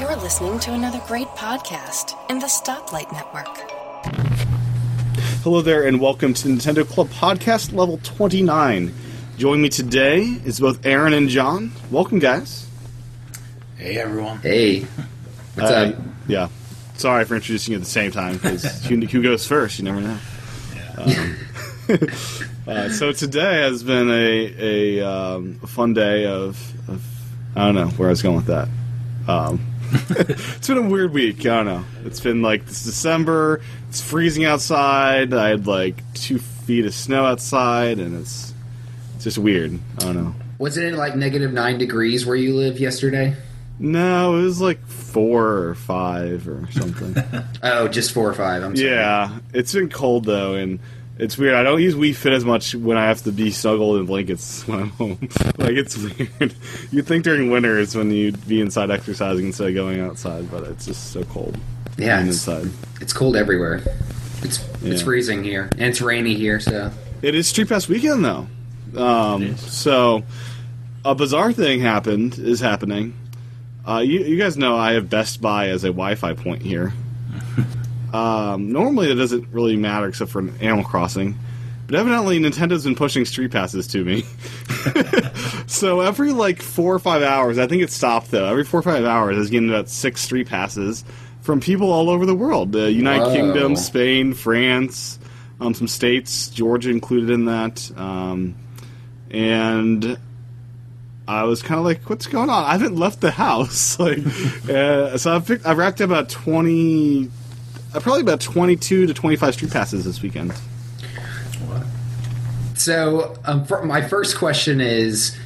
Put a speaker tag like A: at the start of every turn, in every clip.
A: You're listening to another great podcast in the Stoplight Network.
B: Hello there, and welcome to Nintendo Club Podcast Level 29. Join me today is both Aaron and John. Welcome, guys.
C: Hey everyone.
D: Hey, what's
B: Uh,
D: up?
B: yeah. Sorry for introducing you at the same time, because who, who goes first? You never know. Um, uh, so today has been a, a, um, a fun day of, of... I don't know where I was going with that. Um, it's been a weird week. I don't know. It's been like it's December. It's freezing outside. I had like two feet of snow outside, and it's it's just weird. I don't know.
D: Wasn't it like negative nine degrees where you live yesterday?
B: No, it was like four or five or something.
D: Oh, just four or five. I'm sorry.
B: yeah, it's been cold though, and it's weird. I don't use Wii Fit as much when I have to be snuggled in blankets when I'm home. like it's weird. You'd think during winter is when you'd be inside exercising instead of going outside, but it's just so cold.
D: Yeah,
B: being
D: it's-
B: inside.
D: It's cold everywhere. It's it's
B: Yeah.
D: freezing here and it's rainy here. So
B: It is Street Pass weekend though. Um, so a bizarre thing happened is happening. Uh, you, you guys know I have Best Buy as a Wi-Fi point here. um, normally that doesn't really matter except for Animal Crossing, but evidently Nintendo's been pushing Street Passes to me. so every like four or five hours, I think it stopped though. Every four or five hours, I was getting about six Street Passes from people all over the world: the United
D: Wow.
B: Kingdom, Spain, France, um, some states, Georgia included in that, um, and I was kind of like, "What's going on? I haven't left the house." Like, uh, so I've picked, I've racked up about twenty, uh, probably about twenty-two to twenty-five street passes this weekend.
D: so um, for, my first question is,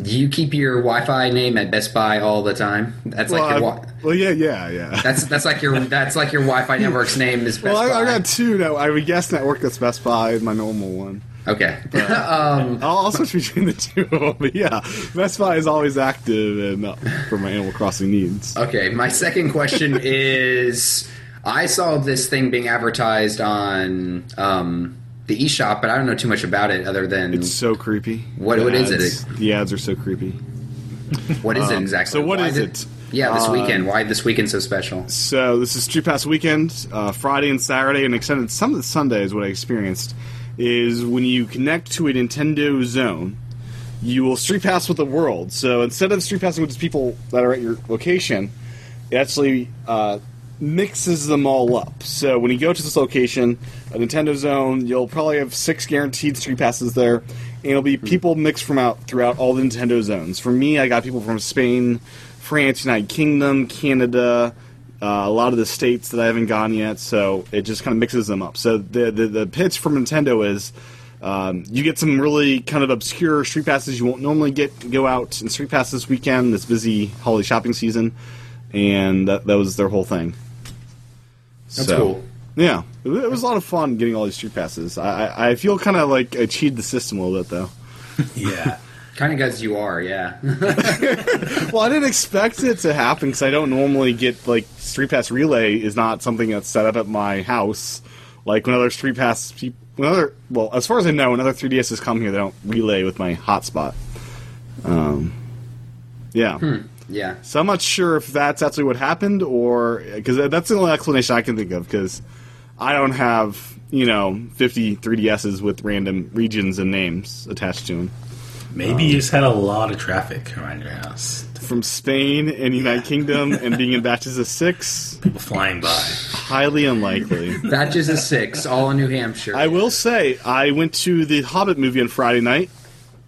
D: do you keep your Wi-Fi name at Best Buy all the time? That's like
B: well,
D: your wi-
B: I've- well, yeah, yeah, yeah.
D: that's that's like your that's like your Wi-Fi network's name is Best
B: well, I, I
D: Buy.
B: got two now. I would guess network that's Best Buy, my normal one.
D: okay. um,
B: I'll, I'll switch between the two, but yeah, Best Buy is always active and uh, for my Animal Crossing needs.
D: Okay, my second question is I saw this thing being advertised on um, the eShop, but I don't know too much about it other than
B: It's so creepy.
D: What-
B: The
D: what is it?
B: ads- The ads are so creepy.
D: what is it
B: um,
D: exactly?
B: so what
D: Why
B: is
D: did-
B: it?
D: Yeah, this
B: Um,
D: weekend. Why this weekend so special?
B: So this is Street Pass weekend, uh, Friday and Saturday, and extended some of the Sunday is what I experienced. Is when you connect to a Nintendo Zone, you will Street Pass with the world. So instead of Street Passing with just people that are at your location, it actually uh, mixes them all up. So when you go to this location, a Nintendo Zone, you'll probably have six guaranteed Street Passes there, and it'll be people mixed from out throughout all the Nintendo Zones. For me, I got people from Spain, France, United Kingdom, Canada. Uh, a lot of the states that I haven't gone yet, so it just kind of mixes them up. So the the, the pitch from Nintendo is um, you get some really kind of obscure street passes you won't normally get go out and street pass this weekend, this busy holiday shopping season, and that, that was their whole thing.
D: That's
B: So,
D: cool.
B: Yeah, it, wa- it was a lot of fun getting all these street passes. I, I, I feel kind of like I cheated the system a little bit though.
C: Yeah.
D: Kind of guys you are, yeah.
B: Well, I didn't expect it to happen because I don't normally get like Street Pass Relay is not something that's set up at my house. Like when other Street Pass, peop- when other well, as far as I know, when other 3DSs come here, they don't relay with my hotspot. Um, yeah.
D: yeah.
B: So I'm not sure if that's actually what happened, or because that's the only explanation I can think of. Because I don't have you know 50 3DSs with random regions and names attached to them.
C: Maybe you just had a lot of traffic around your house.
B: from Spain and United Kingdom and being in batches of six,
C: People flying by.
B: highly unlikely.
D: Batches of six, all in New Hampshire.
B: I will say, I went to the Hobbit movie on Friday night.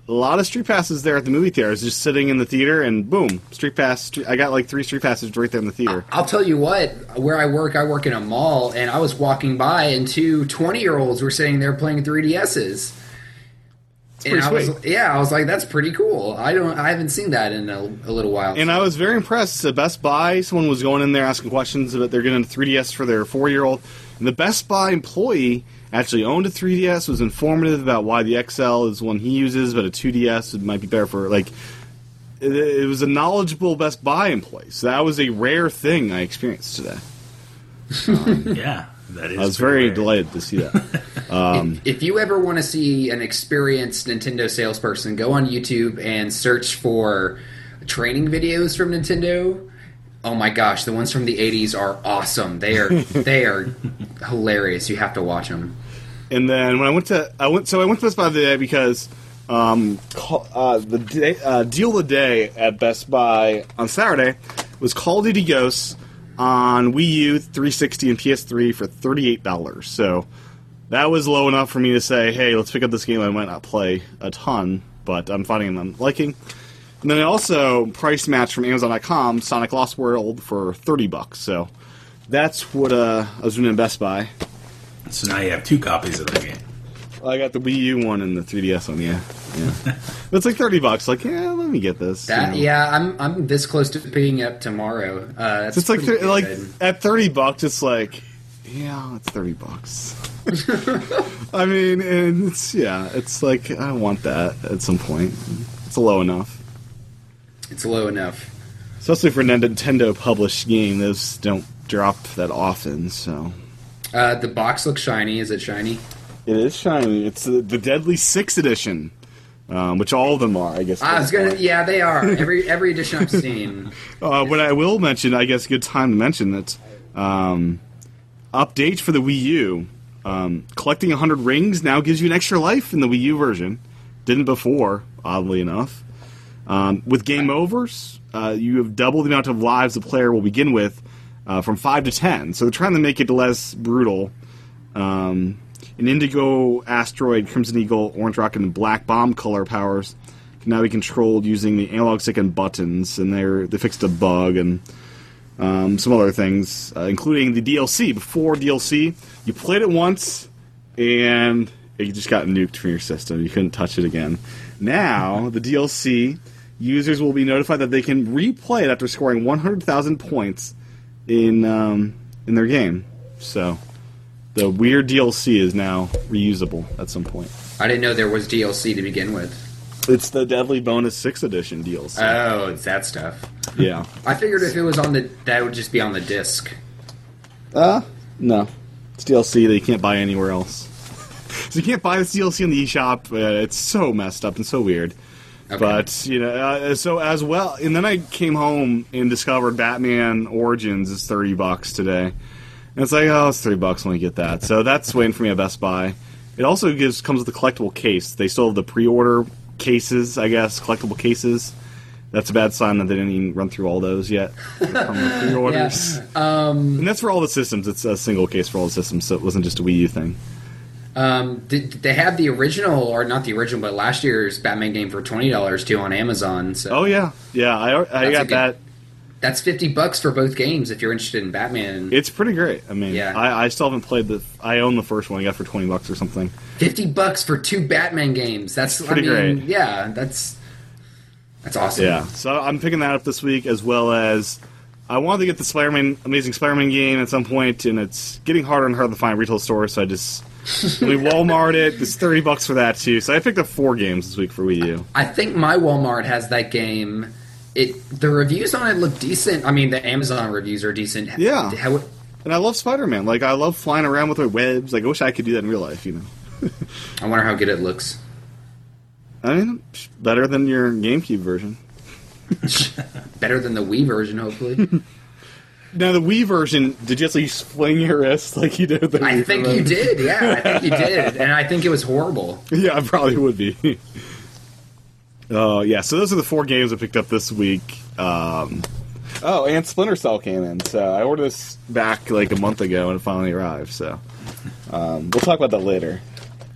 B: A lot of street passes there at the movie theater. I was just sitting in the theater and boom, street pass. Street, I got like three street passes right there in the theater.
D: I'll tell you what, where I work, I work in a mall, and I was walking by, and two 20 year olds were sitting there playing 3DSs. And
B: pretty
D: I was,
B: sweet.
D: yeah, I was like, that's pretty cool. I don't, I haven't seen that in a, a little while.
B: And I was very impressed. The Best Buy, someone was going in there asking questions about they're getting a 3DS for their four year old. And the Best Buy employee actually owned a 3DS, was informative about why the XL is one he uses, but a 2DS might be better for, like, it, it was a knowledgeable Best Buy employee. So that was a rare thing I experienced today.
C: Yeah, that is.
B: I was very
C: pretty rare.
B: delighted to see that.
D: if you ever want to see an experienced Nintendo salesperson, go on YouTube and search for training videos from Nintendo. Oh my gosh, the ones from the '80s are awesome. They are they are hilarious. You have to watch them.
B: And then when I went to I went so I went to Best Buy the other day because um, call, uh, the day, uh, deal of the day at Best Buy on Saturday was Call of Duty Ghosts on Wii U, 360, and PS3 for thirty eight dollars. So that was low enough for me to say, hey, let's pick up this game. I might not play a ton, but I'm finding them liking. And then I also price match from Amazon.com Sonic Lost World for thirty bucks. So that's what uh, I was doing in Best Buy.
C: So now you have two copies of the game.
B: I got the Wii U one and the 3DS one. Yeah, yeah. That's like thirty bucks. Like, yeah, let me get this.
D: That
B: you know.
D: yeah, I'm I'm this close to picking it up tomorrow. Uh, that's
B: It's like
D: pretty
B: thir- like
D: good.
B: at thirty bucks, it's like, yeah, it's thirty bucks. I mean, and it's yeah, it's like I want that at some point. It's low enough,
D: it's low enough.
B: especially for a Nintendo published game. Those don't drop that often, so.
D: Uh, the box looks shiny. Is it shiny?
B: It is shiny. It's the, the Deadly Six Edition, um, which all of them are, I guess.
D: Ah, I was gonna. Yeah, they are. Every every edition I've seen.
B: Uh, what I will mention, I guess, a good time to mention that um, update for the Wii U. Um, collecting 100 rings now gives you an extra life in the Wii U version. Didn't before, oddly enough. Um, with game overs, uh, you have double the amount of lives the player will begin with uh, from 5 to 10. So they're trying to make it less brutal. Um, an indigo asteroid, crimson eagle, orange rocket, and black bomb color powers can now be controlled using the analog stick and buttons. And they they fixed a bug and um, some other things, uh, including the DLC. Before DLC, you played it once and it just got nuked from your system. You couldn't touch it again. Now the DLC users will be notified that they can replay it after scoring 100,000 points in um, in their game. So the weird DLC is now reusable at some point.
D: I didn't know there was DLC to begin with.
B: It's the Deadly Bonus 6 Edition DLC.
D: Oh, it's that stuff.
B: yeah.
D: I figured if it was on the, that would just be on the disc.
B: Uh, no. It's DLC that you can't buy anywhere else. so you can't buy this DLC in the eShop. Uh, it's so messed up and so weird.
D: Okay.
B: But, you know, uh, so as well. And then I came home and discovered Batman Origins is 30 bucks today. And it's like, oh, it's 30 bucks when we get that. So that's waiting for me at Best Buy. It also gives comes with a collectible case. They still have the pre order cases, I guess, collectible cases. That's a bad sign that they didn't even run through all those yet. From the pre-orders.
D: um,
B: And that's for all the systems. It's a single case for all the systems, so it wasn't just a Wii U thing.
D: Um, did, did they have the original, or not the original, but last year's Batman game for twenty dollars too on Amazon. So
B: Oh yeah, yeah. I I
D: That's a
B: got
D: good-
B: that.
D: that's fifty bucks for both games if you're interested in Batman.
B: It's pretty great. I mean,
D: Yeah.
B: I, I still haven't played the. I own the first one. I got for twenty bucks or something.
D: fifty bucks for two Batman games. That's
B: Pretty
D: I mean,
B: great.
D: Yeah, that's that's awesome.
B: Yeah. So I'm picking that up this week as well as I wanted to get the Spider-Man Amazing Spider-Man game at some point, and it's getting harder and harder to find at retail stores. So I just we Walmart it. It's thirty bucks for that too. So I picked up four games this week for Wii U.
D: I think my Walmart has that game. It the reviews on it look decent. I mean, the Amazon reviews are decent.
B: Yeah.
D: How-
B: And I love Spider-Man. Like I love flying around with my webs. Like I wish I could do that in real life. You know.
D: I wonder how good it looks.
B: I mean, better than your GameCube version.
D: Better than the Wii version, hopefully.
B: Now the Wii version, did you actually fling your wrist like you did? The
D: I
B: Wii
D: think you
B: version?
D: did. Yeah, I think you did, and I think it was horrible.
B: Yeah, I probably would be. Oh yeah, so those are the four games I picked up this week. Um, oh, and Splinter Cell came in, so I ordered this back like a month ago, and it finally arrived. So um, we'll talk about that later,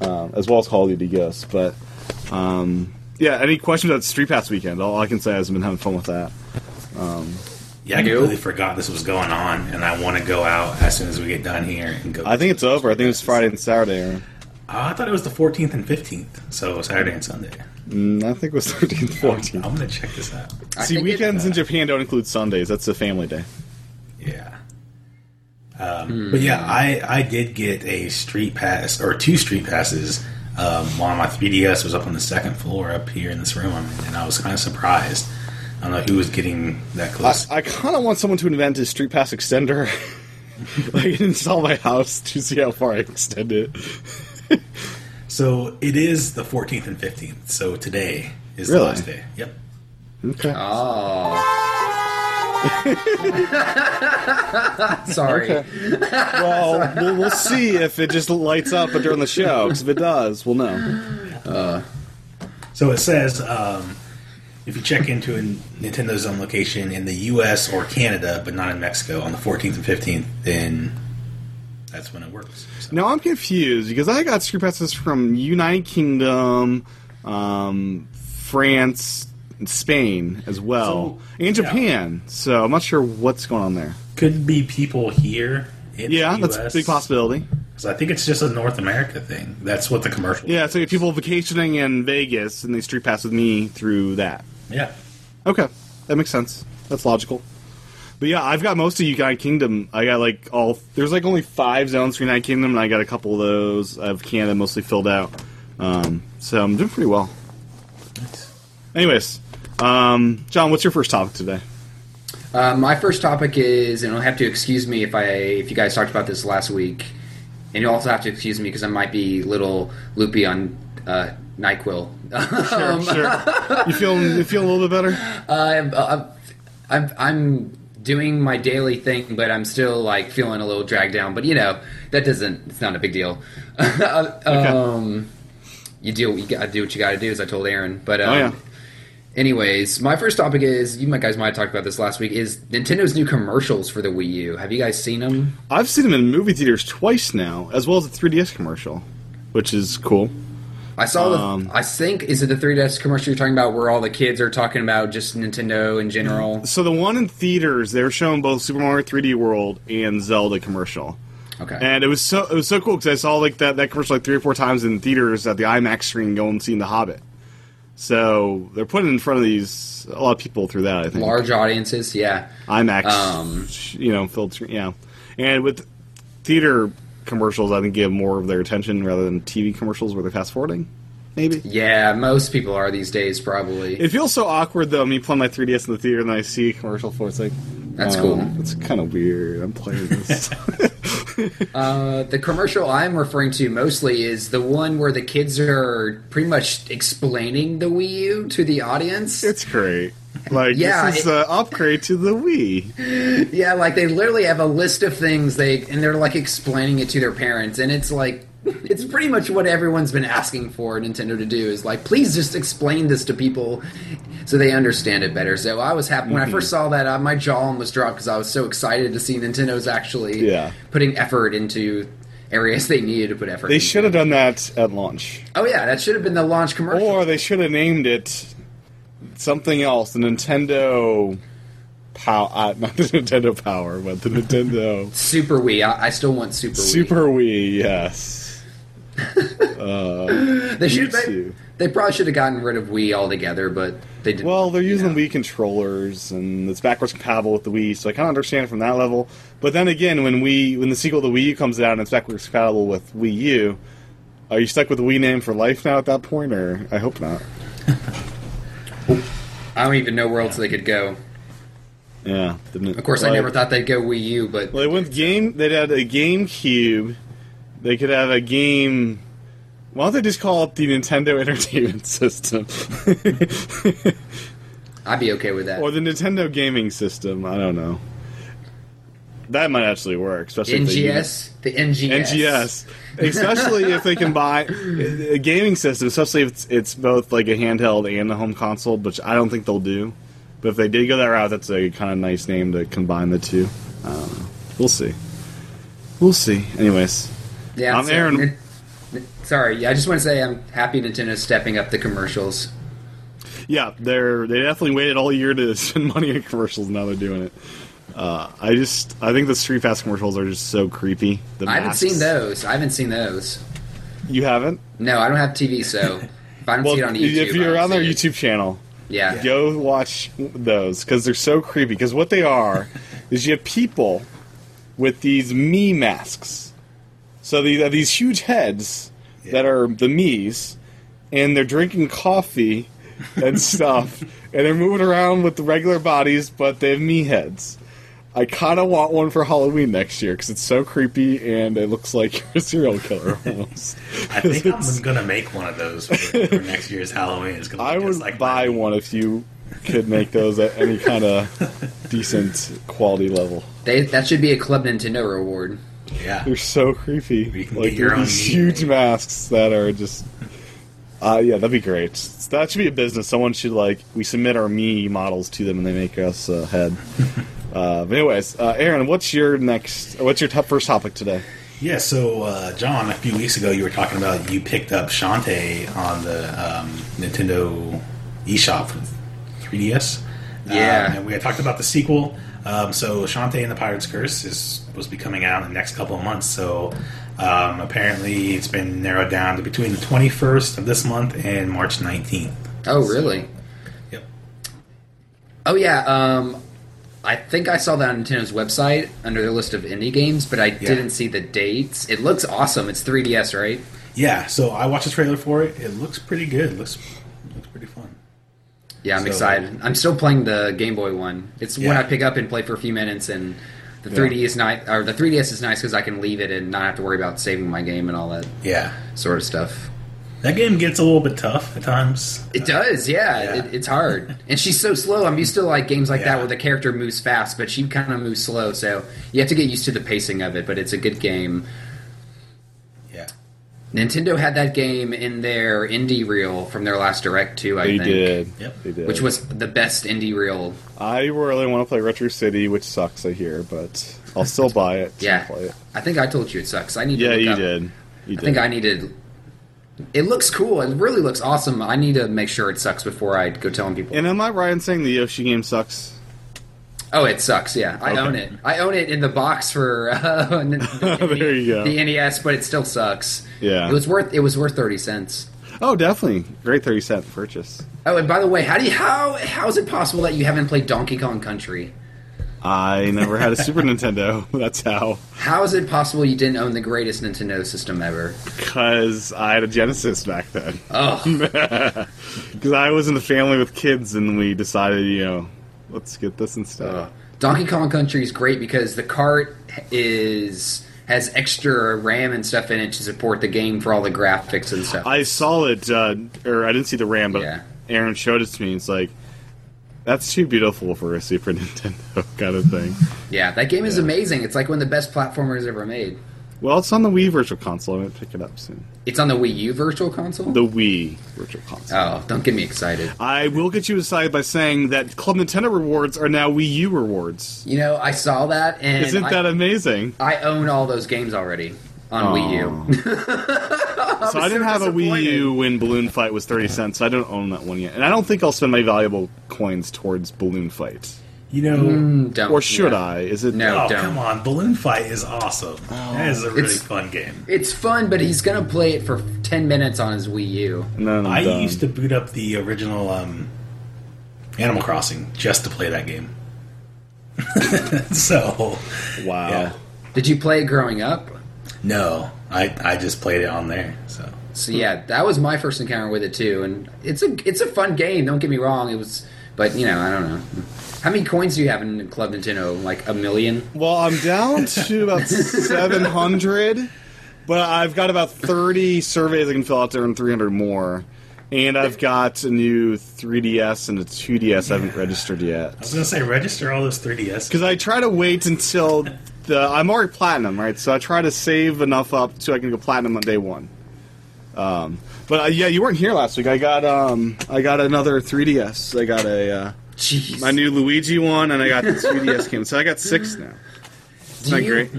B: um, as well as Call of Duty Ghosts. But um, yeah, any questions about Street Pass Weekend? All I can say is I've been having fun with that.
C: Yeah, I
D: Nope.
C: completely forgot this was going on, and I want to go out as soon as we get done here and go.
B: I think it's over. I think it's Friday and Saturday. Aaron.
C: Oh, I thought it was the 14th and 15th, so Saturday and Sunday.
B: Mm, I think it was 13th, 14th.
C: I'm gonna check this out.
D: I
B: See,
D: think it- uh,
B: weekends in Japan don't include Sundays. That's a family day.
C: Yeah. Um, But yeah, I, I did get a street pass or two street passes. Um, one on my 3DS was up on the second floor up here in this room, I'm in, and I was kind of surprised. I don't know who was getting that
B: I,
C: close.
B: I kind of want someone to invent a street pass extender. like, install my house to see how far I extend it.
C: so it is the 14th and 15th. So today is
B: Really?
C: Ah. the last day. Yep.
B: Okay.
D: Oh. Sorry.
B: Well, we'll, we'll see if it just lights up during the show. 'cause if it does, we'll know.
C: So it says um, if you check into a Nintendo Zone location in the U.S. or Canada, but not in Mexico, on the 14th and 15th, then that's when it works. So-
B: Now I'm confused because I got screw passes from United Kingdom, um, France, and Spain as well,
C: So,
B: and
C: yeah.
B: Japan. So I'm not sure what's going on there.
C: Could be people here. In
B: Yeah,
C: the
B: that's a
C: US.
B: big possibility.
C: 'Cause I think it's just a North America thing. That's what the commercial.
B: Yeah, so you have people vacationing in Vegas and they street pass with me through that.
C: yeah.
B: Okay, that makes sense. That's logical. But yeah, I've got most of United Kingdom. I got like all. There's like only five zones for United Kingdom, and I got a couple of those of Canada mostly filled out. Um, so I'm doing pretty well. Anyways, um, John, what's your first topic today?
D: Uh, my first topic is, and you'll have to excuse me if I if you guys talked about this last week, and you'll also have to excuse me because I might be a little loopy on uh, Nyquil. Uh,
B: Sure, sure. You feel you feel a little bit better?
D: I'm, I'm, I'm, I'm doing my daily thing, but I'm still like feeling a little dragged down. But you know, that doesn't. It's not a big deal. um, you do. You gotta do what you gotta do, as I told Aaron. But um,
B: Oh yeah.
D: Anyways, my first topic is you might- guys might have talked about this last week is Nintendo's new commercials for the Wii U. Have you guys seen them?
B: I've seen them in movie theaters twice now, as well as a 3DS commercial, which is cool.
D: I saw the.
B: Um,
D: I think is it the 3DS commercial you're talking about where all the kids are talking about just Nintendo in general?
B: So the one in theaters, they were showing both Super Mario 3D World and Zelda commercial,
D: Okay.
B: and it was so it was so cool because I saw like that that commercial like three or four times in theaters at the IMAX screen going and seeing The Hobbit. So they're putting in front of these a lot of people through that. I think
D: Large audiences, yeah.
B: IMAX,
D: Um,
B: you know, filled screen, yeah. And with theater commercials, I think give more of their attention rather than TV commercials where they're fast forwarding. Maybe
D: Yeah, most people are these days probably.
B: it feels so awkward though. Me playing my 3DS in the theater and I see a commercial for it, it's like um,
D: That's cool.
B: It's kind of weird. I'm playing this.
D: Uh, the commercial I'm referring to mostly is the one where the kids are pretty much explaining the Wii U to the audience.
B: it's great. Like
D: Yeah,
B: this is
D: it-
B: an upgrade to the Wii.
D: Yeah, like they literally have a list of things they and they're like explaining it to their parents and it's like it's pretty much what everyone's been asking for Nintendo to do is like please just explain this to people so they understand it better. So I was happy when
B: Mm-hmm.
D: I first saw that uh, my jaw almost dropped cuz I was so excited to see Nintendo's actually
B: Yeah.
D: putting effort into areas they needed to put effort
B: They
D: into.
B: should have done that at launch,
D: Oh yeah, that should have been the launch commercial.
B: or they should have named it something else. The Nintendo Power, uh, not the Nintendo Power, but the Nintendo
D: Super Wii. I, I still want Super,
B: Super Wii. Yes.
D: Wii. They should. They,
B: too.
D: they probably should have gotten rid of Wii altogether, but they didn't.
B: Well, they're using
D: Yeah.
B: Wii controllers, and it's backwards compatible with the Wii, so I kind of understand from that level. But then again, when we when the sequel to Wii U comes out and it's backwards compatible with Wii U, are you stuck with the Wii name for life now at that point? Or I hope not.
D: I don't even know where else they could go.
B: Yeah. didn't it?
D: Of course, I
B: Like-
D: never thought they'd go Wii U, but
B: Well, they went game. They'd had a GameCube. They could have a game. Why don't they just call it the Nintendo Entertainment System
D: I'd be okay with that.
B: or the Nintendo Gaming System? I don't know. That might actually work, especially if they use-
D: NGS, the NGS,
B: NGS, especially if they can buy a gaming system, especially if it's, it's both like a handheld and a home console, which I don't think they'll do. But if they did go that route, that's a kind of nice name to combine the two. I don't know. We'll see. We'll see. Anyways,
D: Yeah,
B: I'm
D: so-
B: Aaron.
D: Sorry, yeah, I just want to say I'm happy Nintendo's stepping up the commercials.
B: yeah, they're they definitely waited all year to spend money on commercials. Now they're doing it. Uh, I just I think the Street Pass commercials are just so creepy. The
D: I haven't
B: masks.
D: seen those. I haven't seen those.
B: You haven't?
D: No, I don't have TV, so if I don't see it on YouTube,
B: if you're
D: I don't
B: on their
D: see it.
B: YouTube channel,
D: yeah,
B: Go watch those because they're so creepy. Because what they are is you have people with these me masks. So these are these huge heads that are the me's, and they're drinking coffee and stuff, and they're moving around with the regular bodies, but they have me heads. I kind of want one for Halloween next year because it's so creepy and it looks like you're a serial killer almost.
C: I think I'm gonna make one of those for, for next year's Halloween. It's gonna
B: I
C: look
B: would
C: just like
B: buy
C: mine.
B: one if you could make those at any kind of decent quality level.
D: They, that should be a Club Nintendo reward.
C: Yeah.
B: They're so creepy.
C: You can
B: like
C: get your
B: they're
C: own
B: these
C: meat.
B: huge masks that are just. Uh, yeah, that'd be great. That should be a business. Someone should like we submit our me models to them and they make us a head. uh, but anyways, uh, Aaron, what's your next? What's your top first topic today?
C: Yeah, so uh, John, a few weeks ago, you were talking about you picked up Shantae on the um, Nintendo eShop for 3DS.
D: Yeah.
C: Um, and we had talked about the sequel. Um, so Shantae and the Pirate's Curse is supposed to be coming out in the next couple of months. So um, apparently, it's been narrowed down to between the 21st of this month and March 19th.
D: Oh, really?
C: Yep.
D: Oh, yeah. Um, I think I saw that on Nintendo's website under their list of indie games, but I didn't see the dates. It looks awesome. It's 3DS, right?
C: Yeah. So I watched the trailer for it. It looks pretty good. looks looks pretty fun.
D: Yeah, I'm
C: So-
D: excited. I'm still playing the Game Boy one. It's one
C: Yeah.
D: I pick up and play for a few minutes, and the 3D is nice, or the 3DS is nice because I can leave it and not have to worry about saving my game and all that
C: Yeah.
D: sort of stuff.
C: That game gets a little bit tough at times.
D: It does, yeah.
C: Yeah.
D: It, it's hard, and she's so slow. I'm used to like games like
C: Yeah.
D: that where the character moves fast, but she kind of moves slow. So you have to get used to the pacing of it. But it's a good game.
C: Yeah.
D: Nintendo had that game in their indie reel from their last direct too. I
B: They
D: think,
B: did.
C: Yep.
B: They did.
D: which was the best indie reel.
B: I really want to play Retro City, which sucks. I hear, but I'll still buy it. to
D: Yeah,
B: Play it.
D: I think I told you it sucks. I need.
B: Yeah,
D: to look
B: you
D: up-
B: did. You did.
D: I think I needed. It looks cool. It really looks awesome. I need to make sure it sucks before I go telling people.
B: And am I right in saying the Yoshi game sucks?
D: oh, it sucks. Yeah, I
B: Okay.
D: own it. I own it in the box for uh, the,
B: There you go.
D: the NES, but it still sucks.
B: Yeah.
D: it was worth it was worth thirty cents.
B: Oh, definitely. Great thirty cent purchase.
D: Oh, and by the way, how do you how how is it possible that you haven't played Donkey Kong Country?
B: I never had a Super Nintendo. That's how.
D: How is it possible you didn't own the greatest Nintendo system ever?
B: Because I had a Genesis back then.
D: Oh,
B: Because I was in the family with kids, and we decided, you know, let's get this instead.
D: Donkey Kong Country is great because the cart is has extra RAM and stuff in it to support the game for all the graphics and stuff.
B: I saw it, uh, or I didn't see the RAM, but
D: Yeah.
B: Aaron showed it to me. and It's like that's too beautiful for a Super Nintendo kind of thing.
D: Yeah, that game is
B: Yeah.
D: amazing. It's like one of the best platformers ever made.
B: Well, it's on the Wii Virtual Console. I'm gonna pick it up soon.
D: It's on the Wii U Virtual Console.
B: The Wii Virtual Console.
D: oh, don't get me excited.
B: I will get you aside by saying that Club Nintendo rewards are now Wii U rewards.
D: You know, I saw that, and
B: Isn't
D: I,
B: that amazing?
D: I own all those games already on Wii U.
B: So I didn't
D: so
B: have a Wii
D: disappointed.
B: U when Balloon Fight was thirty cents. So I don't own that one yet, and I don't think I'll spend my valuable coins towards Balloon Fight.
C: You know.
D: Don't-
B: Or should
D: yeah.
B: I? Is it
D: No.
C: Oh,
D: Don't.
C: come on. Balloon Fight is awesome. that is a really
D: It's-
C: fun game.
D: It's fun, but he's gonna play it for ten minutes on his Wii U.
B: No, no,
C: I
B: dumb.
C: used to boot up the original um, Animal Crossing just to play that game. so,
B: Wow.
C: yeah.
D: Did you play it growing up?
C: No, I, I just played it on there. So,
D: So yeah, that was my first encounter with it too, and it's a it's a fun game. Don't get me wrong. It was, but you know, I don't know. How many coins do you have in Club Nintendo? Like a million.
B: Well, I'm down to about seven hundred, but I've got about thirty surveys I can fill out to earn three hundred more, and I've got a new 3DS and a 2DS I haven't registered yet.
C: I was going to say, register all those 3DS.
B: because I try to wait until the I'm already platinum, right? So I try to save enough up so I can go platinum on day one. Um, but uh, yeah, you weren't here last week. I got um, I got another 3ds. I got a uh,
D: Jeez.
B: my new Luigi one, and I got the 3ds game. So I got six now.
D: Do
B: Isn't that
D: you-
B: great?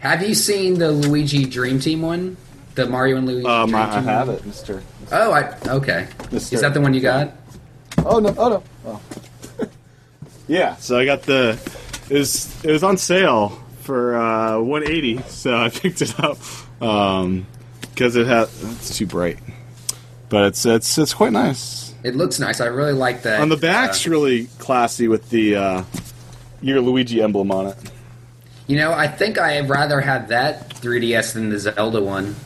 D: Have you seen the Luigi Dream Team one? The Mario and Luigi
B: Um,
D: Dream
B: I, I
D: Team?
B: have it, Mister.
D: Oh, I okay.
B: Mister-
D: Is that the one you got?
B: Oh no! Oh no! Oh. yeah. So I got the it was it was on sale for uh, 180, so I picked it up um because it had it's too bright, but it's it's it's quite nice.
D: It looks nice. I really like that.
B: On the back's
D: uh,
B: really classy with the uh, your Luigi emblem on it.
D: you know, I think I'd rather have that 3DS than the Zelda one.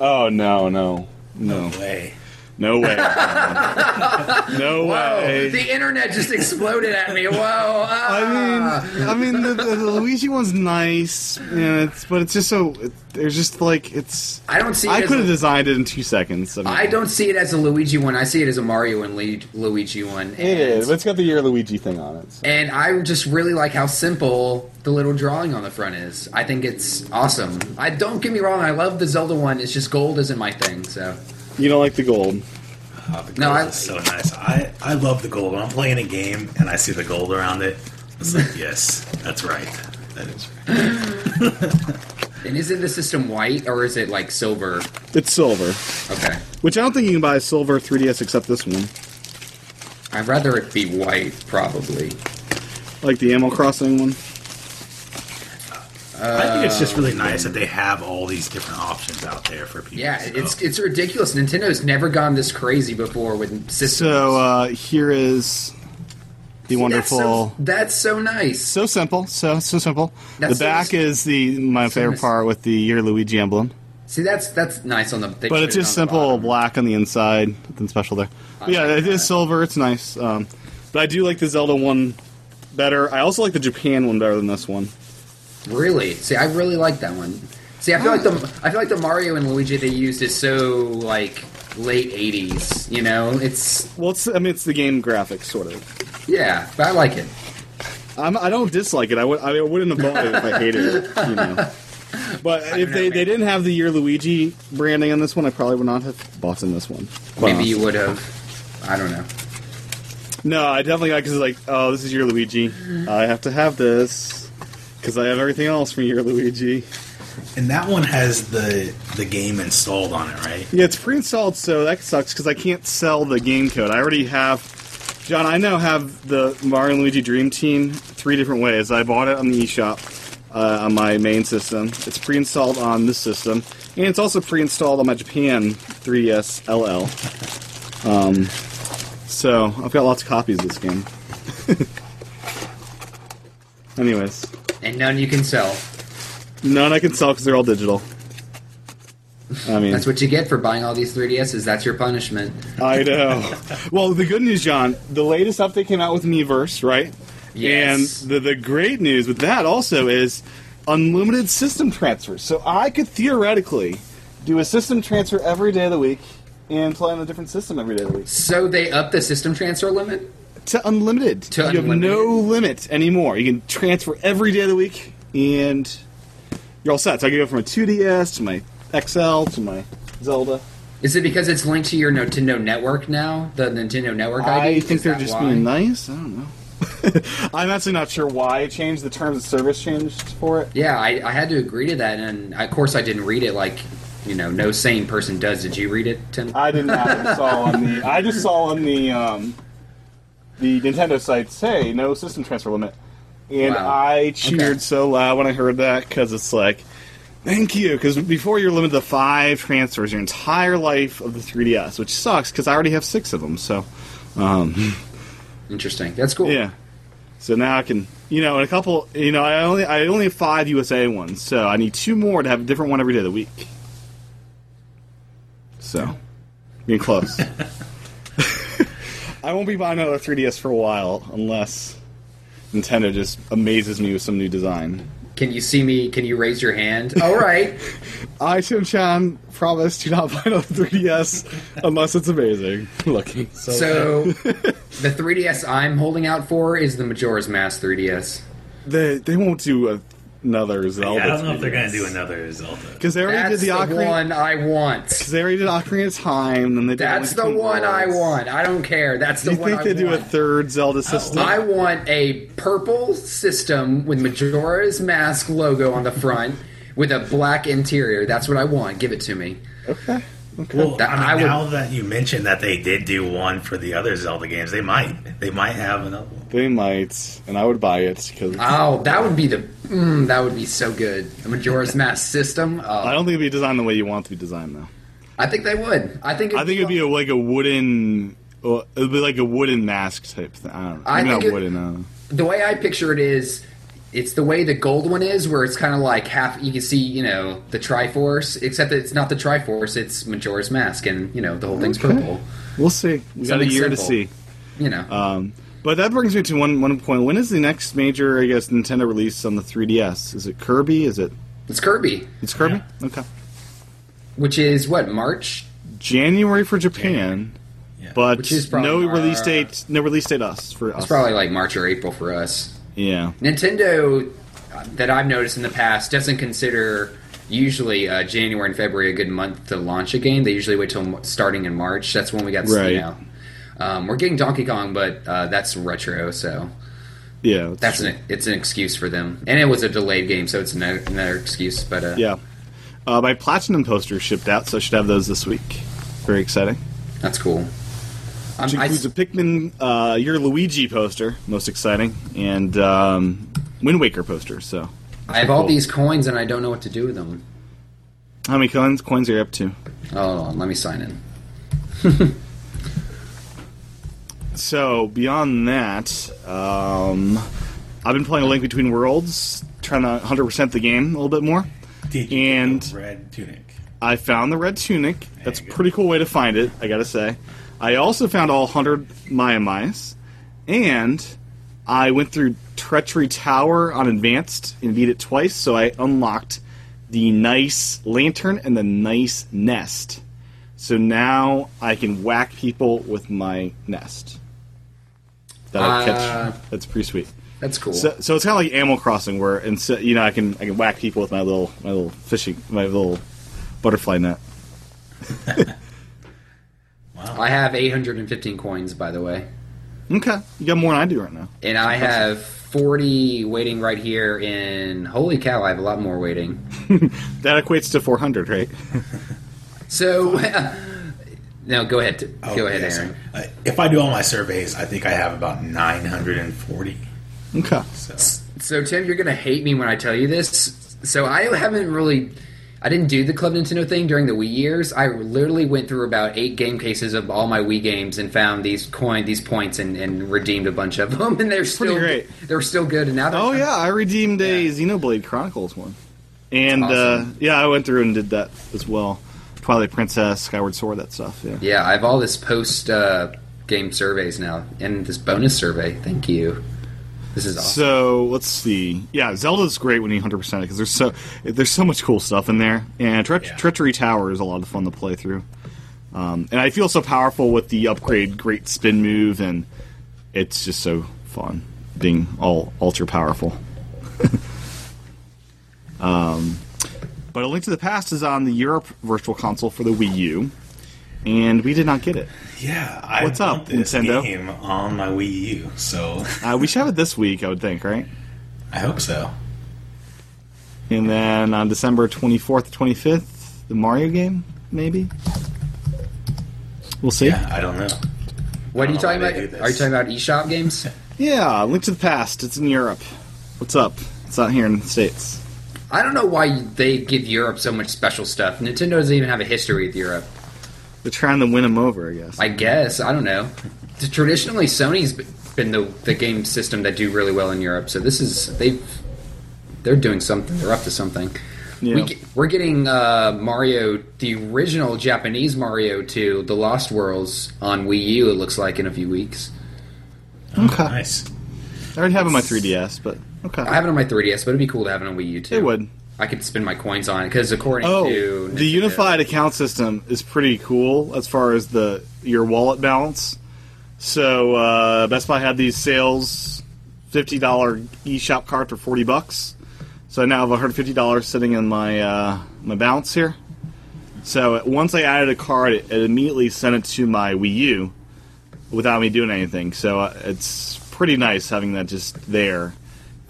B: Oh no no no!
C: No way.
B: No way. no
D: Whoa,
B: way.
D: the internet just exploded at me. Whoa.
B: I
D: ah.
B: mean, I mean, the, the, the Luigi one's nice, you know, it's, but it's just so. It, there's just like it's.
D: I don't see it
B: I
D: as
B: could have
D: a-
B: designed it in two seconds. mean,
D: I don't see it as a Luigi one. I see it as a Mario and Le- Luigi one. And,
B: It is. but It's got the year Luigi thing on it. so.
D: And I just really like how simple the little drawing on the front is. I think it's awesome. I don't get me wrong. I love the Zelda one. It's just gold isn't my thing. So
B: You don't like the gold.
C: Oh, the gold
D: No, I-
C: is so nice. I, I love the gold. When I'm playing a game and I see the gold around it, it's like, yes, that's right. That is right.
D: and isn't the system white or is it like silver?
B: It's silver,
D: Okay,
B: which I don't think you can buy a silver 3DS except this one,
D: I'd rather it be white probably.
B: like the Animal Crossing one.
C: I think it's just really nice that they have all these different options out there for people.
D: Uh, Yeah,
C: so-
D: it's it's ridiculous. Nintendo's never gone this crazy before with systems.
B: So uh, here is the wonderful.
D: That's so, that's so nice.
B: So simple, so so simple.
D: That's
B: the
D: so
B: back is
D: mis-
B: the my
D: so
B: favorite
D: mis-
B: part with the year Luigi emblem,
D: See, that's that's nice on the. they
B: but
D: put
B: it's
D: it
B: just
D: on the
B: simple
D: bottom.
B: black on the inside. Nothing special there. But yeah,
D: like
B: it is
D: that.
B: silver. It's nice, um, but I do like the Zelda one better. I also like the Japan one better than this one.
D: Really? See, I really like that one. See, I feel like the I feel like the Mario and Luigi they used is so like late '80s. You know, it's
B: Well, it's I mean it's the game graphics sort of.
D: yeah, but I like it.
B: I'm, I don't dislike it. I would I wouldn't have bought it if I hated it. You know. But if
D: know,
B: they,
D: maybe.
B: they didn't have the year Luigi branding on this one, I probably would not have bought in this one. Quite
D: Maybe
B: honestly.
D: you would have. I don't know.
B: No, I definitely got because like, oh, this is your Luigi. I have to have this because I have everything else from your Luigi.
C: and that one has the the game installed on it, right?
B: Yeah, it's pre-installed, so that sucks because I can't sell the game code. I already have, John. I now have the Mario and Luigi Dream Team three different ways. I bought it on the eShop uh, on my main system. It's pre-installed on this system, and it's also pre-installed on my Japan 3DS LL. Um, so I've got lots of copies of this game. Anyways,
D: And none you can sell.
B: none I can sell because they're all digital. I mean,
D: That's what you get for buying all these 3DSs. That's your punishment.
B: I know. well, the good news, John, the latest update came out with Miiverse, right?
D: Yes.
B: And the, the great news with that also is unlimited system transfers. So I could theoretically do a system transfer every day of the week and play on a different system every day of the week.
D: So they up the system transfer limit.
B: To unlimited.
D: To
B: you have
D: unlimited.
B: no limit anymore. You can transfer every day of the week and you're all set. So I can go from a 2DS to my XL to my Zelda.
D: Is it because it's linked to your Nintendo network now? The Nintendo network ID.
B: I think
D: Is
B: they're
D: that
B: just
D: why?
B: being nice. I don't know. I'm actually not sure why it changed. The terms of service changed for it.
D: Yeah, I, I had to agree to that, and of course I didn't read it. Like, you know, no sane person does. Did you read it, Tim?
B: I didn't have it. saw on the. I just saw on the um, the Nintendo sites. Hey, no system transfer limit, and
D: Wow.
B: I cheered
D: Okay.
B: so loud when I heard that because it's like, thank you. Because before you're limited to five transfers your entire life of the 3DS, which sucks because I already have six of them. So.
D: Interesting. That's cool.
B: Yeah. So now I can, you know, in a couple, you know, I only I only have five USA ones, so I need two more to have a different one every day of the week. So, getting close. I won't be buying another 3DS for a while unless Nintendo just amazes me with some new design.
D: Can you see me? Can you raise your hand? All right.
B: I, Tim Chan, promise to not buy another 3DS unless it's amazing. Lucky.
D: so the 3DS I'm holding out for is the Majora's Mask 3DS.
B: They, they won't do a, another Zelda.
C: Yeah, I don't know if they're gonna do another Zelda.
B: Because they already
D: That's
B: did
D: the,
B: the Ocarina.
D: one I want.
B: Because they already did Ocarina of Time, then they did
D: That's the one I want. I don't care. That's
B: Do
D: the
B: you
D: one
B: think
D: I
B: they do a
D: want.
B: third Zelda system?
D: I want a purple system with Majora's Mask logo on the front with a black interior. That's what I want. Give it to me.
C: Well,
D: That-
C: I mean,
D: I would-
C: now that you mentioned that they did do one for the other Zelda games, they might. They might have another one.
B: they might, and I would buy it because
D: Oh, that would be the mm, that would be so good. A Majora's Mask system.
B: I
D: Oh,
B: don't think it'd be designed the way you want it to be designed, though.
D: I think they would. I think.
B: I think it'd be a, like a wooden, uh, it'd be like a wooden uh, mask type thing. I don't know.
D: I
B: Maybe
D: think
B: not
D: it-
B: wooden. I don't know.
D: the way I picture it is it's the way the gold one is, where it's kind of like half. You can see, you know, the Triforce, except that it's not the Triforce; it's Majora's Mask, and you know, the whole thing's
B: Okay.
D: purple.
B: We'll see. We got a
D: Something
B: year to
D: simple.
B: see.
D: You know,
B: Um, but that brings me to one one point. When is the next major, I guess, Nintendo release on the 3DS? Is it Kirby? Is it
D: it's Kirby,
B: it's Kirby? Okay.
D: which is what March.
B: January for Japan,
C: Yeah.
B: but
D: Which is probably
B: no
D: our-
B: release date. No release date us for us.
D: It's probably like March or April for us.
B: yeah.
D: Nintendo uh, that I've noticed in the past doesn't consider usually uh, January and February a good month to launch a game. They usually wait till m- starting in March. That's when we got
B: Right.
D: Steam out. Um, we're getting Donkey Kong, but uh, that's retro, so
B: Yeah.
D: that's
B: true.
D: an, it's an excuse for them. And it was a delayed game, so it's no, another excuse. But uh,
B: Yeah. Uh, my platinum poster shipped out, so I should have those this week. Very exciting.
D: that's cool. Um,
B: Which
D: I,
B: includes a Pikmin, uh, your Luigi poster, most exciting, and um, Wind Waker poster. So
D: I have all
B: cool.
D: these coins, and I don't know what to do with them.
B: how many coins coins are you up to?
D: Oh, let me sign in.
B: So beyond that, um, I've been playing a Link Between Worlds, trying to 100% the game a little bit more.
C: Did you get
B: and-
C: the red tunic.
B: I found the red tunic. That's a
C: you go.
B: pretty cool way to find it, I gotta say. I also found all 100 Maya Mice, and I went through Treachery Tower on Advanced and beat it twice, so I unlocked the nice lantern and the nice nest. So now I can whack people with my nest. That I
C: Uh,
D: Ah.
B: catch. That's pretty sweet.
D: That's cool.
B: So, so it's kind of like Animal Crossing, where and so, you know I can I can whack people with my little my little fishing my little butterfly net.
D: I have 815 coins, by the way.
B: Okay, you got more than I do right now.
D: And I have 40 waiting right here in. Holy cow, I have a lot more waiting.
B: That equates to 400, right?
D: So. no, go ahead.
C: Oh,
D: go ahead,
C: yeah, sorry.
D: Aaron.
C: Uh, if I do all my surveys, I think I have about 940.
B: Okay.
C: So
D: So, Tim, you're going to hate me when I tell you this. So, I haven't really. I didn't do the Club Nintendo thing during the Wii years. I literally went through about eight game cases of all my Wii games and found these coin, these points, and, and redeemed a bunch of them. And they're still
B: great.
D: They're still good. And now, they're-
B: Oh yeah, I redeemed a Xenoblade Chronicles one, and uh,
D: Awesome.
B: yeah, I went through and did that as well. Twilight Princess, Skyward Sword, that stuff. Yeah.
D: Yeah, I have all this post uh, game surveys now and this bonus survey. Thank you. This is awesome.
B: So let's see. Yeah, Zelda's great when you 100 percent because there's so there's so much cool stuff in there, and Tre-
C: Yeah.
B: Treachery Tower is a lot of fun to play through. Um, and I feel so powerful with the upgrade, great spin move, and it's just so fun being all ultra powerful. um, but A Link to the Past is on the Europe Virtual Console for the Wii U, and we did not get it.
C: yeah, I
B: What's up,
C: want this
B: Nintendo?
C: game on my Wii U. So
B: Uh, we should have it this week, I would think, right?
C: I hope so.
B: And then on December 24th, 25th, the Mario game, maybe? We'll see.
C: Yeah, I don't know.
D: what are you
C: I don't
D: talking
C: know why
D: about?
C: they do this.
D: Are you talking about eShop games?
B: Yeah, Link to the Past. It's in Europe. What's up? It's not here in the States.
D: I don't know why they give Europe so much special stuff. Nintendo doesn't even have a history with Europe.
B: They're trying to win them over, I guess.
D: I guess I don't know. Traditionally, Sony's been the the game system that do really well in Europe. So this is they they're doing something. They're up to something.
B: Yeah.
D: We, ge- we're getting uh, Mario, the original Japanese Mario to The Lost Worlds on Wii U. It looks like in a few weeks.
B: okay.
C: Nice.
B: I already have it on my 3DS, but okay.
D: I have it on my 3DS, but it'd be cool to have it on Wii U too.
B: it would.
D: I could spend my coins on it because according
B: Oh,
D: to
B: the
D: Nintendo-
B: unified account system is pretty cool as far as the your wallet balance. So uh, Best Buy had these sales, fifty dollar eShop card for forty bucks. So I now have one hundred fifty dollars sitting in my uh, my balance here. So once I added a card, it, it immediately sent it to my Wii U without me doing anything. So uh, it's pretty nice having that just there.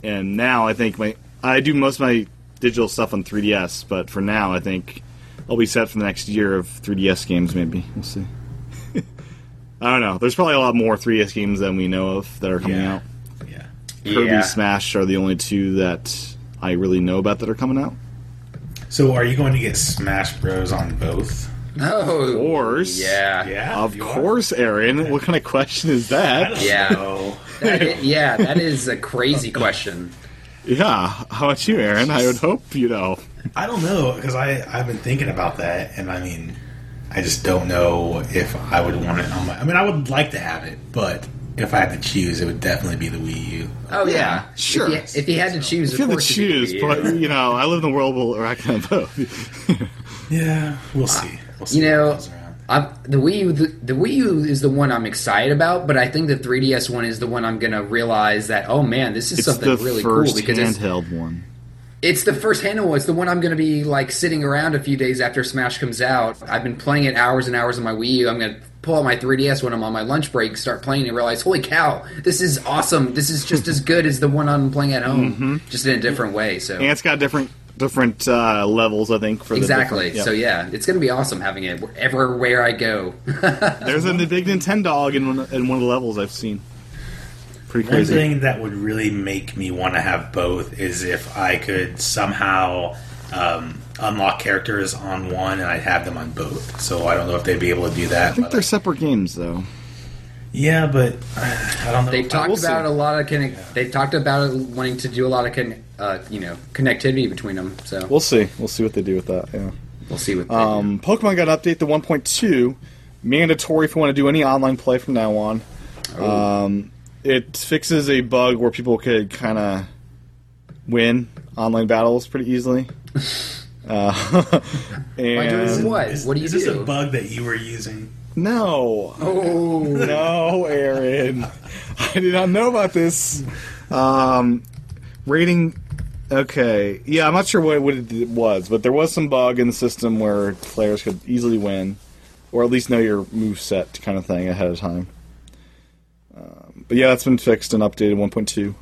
B: And now I think my I do most of my digital stuff on 3DS, but for now I think I'll be set for the next year of 3DS games. Maybe we'll see. I don't know. There's probably a lot more 3DS games than we know of that are coming
C: Yeah.
B: out.
C: Yeah.
B: Kirby
D: Yeah.
B: Smash are the only two that I really know about that are coming out.
C: So are you going to get Smash Bros on both?
D: Oh,
B: course.
D: yeah,
C: Yeah.
B: Uh, of
C: you are?
B: course, Aaron. What kind of question is
C: I
B: that?
C: don't
D: Yeah.
C: know.
D: That i- yeah, that is a crazy question.
B: Yeah. How about you, Aaron? I would hope you know.
C: I don't know because I I've been thinking about that, and I mean, I just don't know if I would want it on my. I mean, I would like to have it, but if I had to choose, it would definitely be the Wii U.
D: Oh yeah,
B: sure.
D: If he, if he had to choose,
B: If
D: of
B: you have to
D: course it'd be
B: choose,
D: you.
B: but you know, I live in the world where I can have both.
C: Yeah, we'll see. We'll see
D: you
C: what
D: know,
C: comes around.
D: I'm, the Wii U, the, the Wii U is the one I'm excited about, but I think the 3DS one is the one I'm gonna realize that oh man, this is
B: It's
D: something
B: the
D: really cool
B: first
D: because it's,
B: handheld one.
D: it's the first handle. It's the one I'm gonna be like sitting around a few days after Smash comes out. I've been playing it hours and hours on my Wii U. I'm gonna pull out my 3DS when I'm on my lunch break, start playing, and realize holy cow, this is awesome. This is just as good as the one I'm playing at home, just in a different way. So
B: Mm-hmm. And it's got different different uh, levels, I think. For the
D: Exactly.
B: different- yeah.
D: So yeah, it's going to be awesome having it wh- everywhere I go.
B: There's a big Nintendog in one, in one of the levels I've seen. Pretty
C: One
B: crazy.
C: thing that would really make me want to have both is if I could somehow um, unlock characters on one and I'd have them on both. So I don't know if they'd be able to do that.
B: I think
C: but-
B: they're separate games, though.
C: yeah, but uh, I don't know.
D: They've talked
B: We'll see.
D: about a lot of connect. They've talked about wanting to do a lot of con- uh, you know connectivity between them. So we'll,
B: We'll see. We'll see what they do with that. Yeah.
D: see what. They do.
B: Um, Pokemon got an update to 1.2, mandatory if you want to do any online play from now on. Um, it fixes a bug where people could kind of win online battles pretty easily. Uh,
D: does it-
B: and
D: What?
C: Is,
D: What do you
C: is this
D: do?
C: a bug that you were using?
B: no,
D: Oh,
B: no, Aaron. I did not know about this. Um, rating. Okay. Yeah, I'm not sure what, what it was, but there was some bug in the system where players could easily win, or at least know your move set kind of thing ahead of time. Um, but yeah, that's been fixed and updated 1.2.